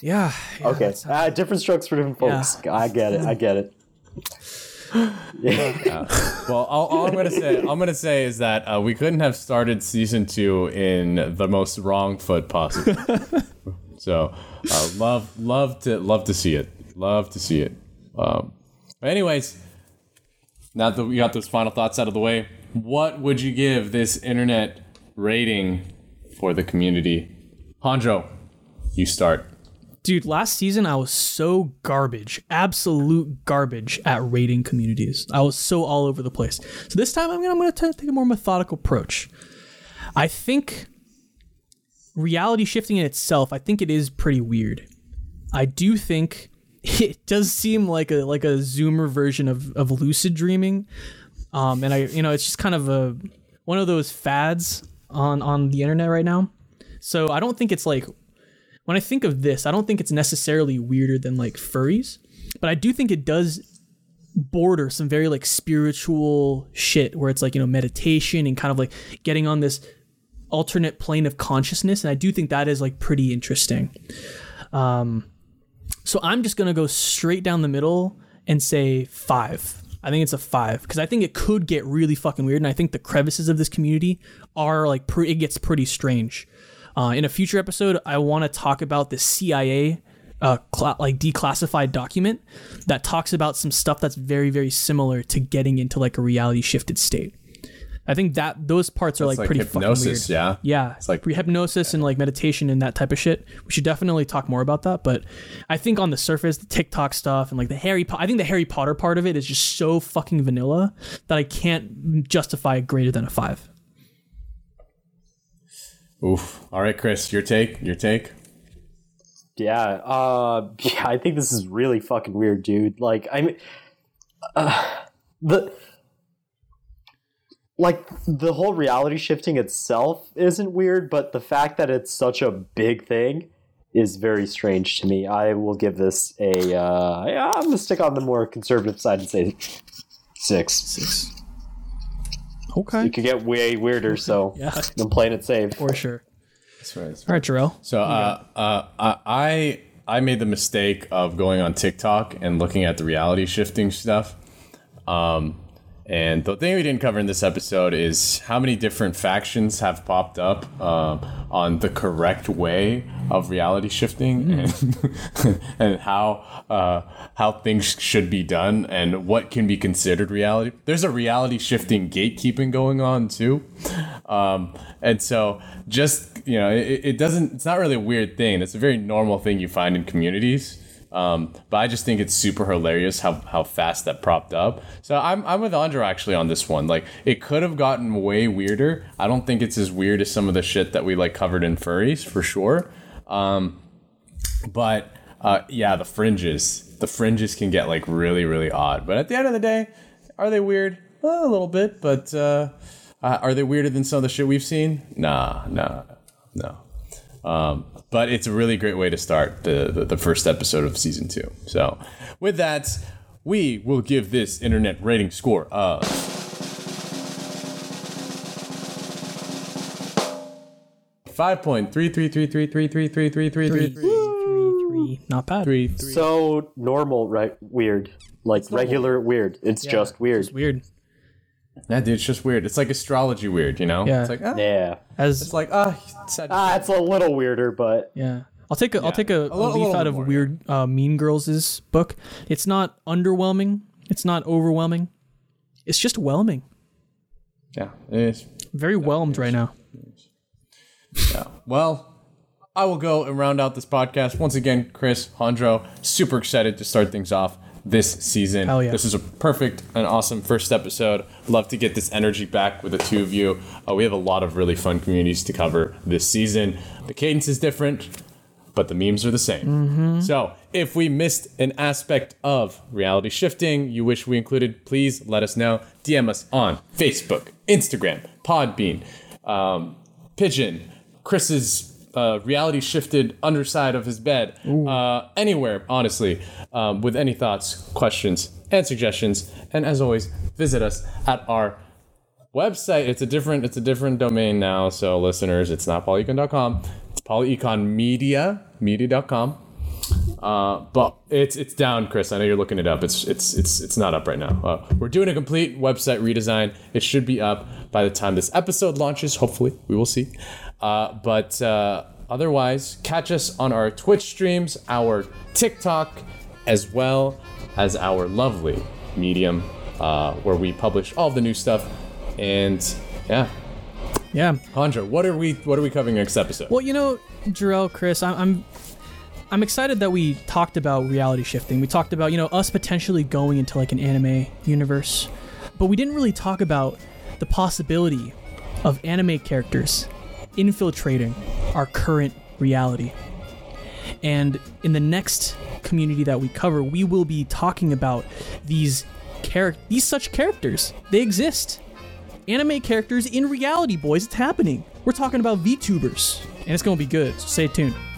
S1: yeah,
S3: Okay.
S1: that's-
S3: Uh, different strokes for different folks. I get it. I get it. *laughs*
S2: Well, all, all I'm gonna say, I'm gonna say is that uh, we couldn't have started season two in the most wrong foot possible. *laughs* so, uh, love, love to, love to see it, love to see it. Um, but anyways, now that we got those final thoughts out of the way, what would you give this internet rating for the community? Hanjo, you start.
S1: Dude, last season I was so garbage, absolute garbage at rating communities. I was so all over the place. So this time I'm gonna, I'm gonna t- take a more methodical approach. I think reality shifting in itself, I think it is pretty weird. I do think *laughs* it does seem like a like a zoomer version of, of lucid dreaming. Um, and I you know, it's just kind of a one of those fads on on the internet right now. So I don't think it's like when I think of this, I don't think it's necessarily weirder than like furries, but I do think it does border some very like spiritual shit where it's like, you know, meditation and kind of like getting on this alternate plane of consciousness. And I do think that is like pretty interesting. Um, so I'm just going to go straight down the middle and say five. I think it's a five because I think it could get really fucking weird. And I think the crevices of this community are like, pre- it gets pretty strange. Uh, in a future episode, I want to talk about the CIA, uh, cl- like declassified document that talks about some stuff that's very, very similar to getting into like a reality shifted state. I think that those parts are like,
S2: like
S1: pretty
S2: hypnosis,
S1: fucking weird.
S2: yeah?
S1: Yeah,
S2: It's like-
S1: pre hypnosis and like meditation and that type of shit. We should definitely talk more about that. But I think on the surface, the TikTok stuff and like the Harry, po- I think the Harry Potter part of it is just so fucking vanilla that I can't justify greater than a five.
S2: Oof. All right, Chris, your take. Your take.
S3: Yeah, uh, *laughs* yeah, I think this is really fucking weird, dude. Like, I'm uh, the like the whole reality shifting itself isn't weird, but the fact that it's such a big thing is very strange to me. I will give this a. Uh, yeah, I'm gonna stick on the more conservative side and say six.
S1: Six.
S3: It
S1: Okay.
S3: could get way weirder, *laughs* so
S1: Yeah.
S3: I'm playing it safe.
S1: For sure.
S2: That's right. That's right.
S1: All right, Jarrell.
S2: So uh, uh, I I made the mistake of going on TikTok and looking at the reality shifting stuff. Um, and the thing we didn't cover in this episode is how many different factions have popped up um on the correct way of reality shifting and, *laughs* and how uh, how things should be done and what can be considered reality. There's a reality shifting gatekeeping going on too, um, and so just you know, it, it doesn't. It's not really a weird thing. It's a very normal thing you find in communities. Um, but I just think it's super hilarious how, how fast that propped up. So I'm, I'm with Andre actually on this one. Like it could have gotten way weirder. I don't think it's as weird as some of the shit that we like covered in furries for sure. Um, but uh, yeah, the fringes, the fringes can get like really really odd. But at the end of the day, are they weird? Well, a little bit, but uh, uh, are they weirder than some of the shit we've seen? Nah, nah, no. Um, but it's a really great way to start the, the, the first episode of season two. So, with that, we will give this internet rating score of. Five point three three three three three three three three three
S1: Three,
S2: three
S1: three, three, three. Not bad.
S2: three three.
S3: So normal, right? Weird, like regular weird. It's just weird.
S1: It's weird.
S2: Nah, dude, it's just weird. It's like astrology weird, you know?
S1: Yeah.
S2: It's like ah,
S3: Yeah.
S1: As
S2: it's like ah, sad-
S3: Ah, it's a little weirder, but
S1: yeah, I'll take a will take a,
S2: A little- a
S1: leaf
S2: little
S1: out
S2: bit
S1: of
S2: more,
S1: Weird uh, Mean Girls' book. It's not underwhelming. It's not overwhelming. It's just whelming.
S2: yeah, it is.
S1: Very whelmed right now.
S2: Well, I will go and round out this podcast once again. Chris Hondro, super excited to start things off this season.
S1: Hell yeah.
S2: This is a perfect and awesome first episode. Love to get this energy back with the two of you. Uh, we have a lot of really fun communities to cover this season. The cadence is different, but the memes are the same. So, if we missed an aspect of reality shifting you wish we included, please let us know. DM us on Facebook, Instagram, Podbean, um, Pigeon, Chris's uh, reality shifted underside of his bed, uh, anywhere, honestly, um, with any thoughts, questions, and suggestions. And as always, visit us at our website. It's a different it's a different domain now. So listeners, it's not polyecon.com. It's polyeconmedia media.com. Uh, but it's it's down, Chris. I know you're looking it up. It's it's it's it's not up right now. Uh, we're doing a complete website redesign. It should be up by the time this episode launches. Hopefully, we will see. Uh, but uh, otherwise, catch us on our Twitch streams, our TikTok, as well as our lovely Medium, uh, where we publish all the new stuff. And yeah,
S1: Yeah.
S2: Andra, what are we what are we covering next episode?
S1: Well, you know, Jarrell, Chris, I'm, I'm, I'm excited that we talked about reality shifting. We talked about you know us potentially going into like an anime universe, but we didn't really talk about the possibility of anime characters infiltrating our current reality. And in the next community that we cover, we will be talking about these character these such characters. They exist. Anime characters in reality, boys, it's happening. We're talking about VTubers, and it's gonna be good, so stay tuned.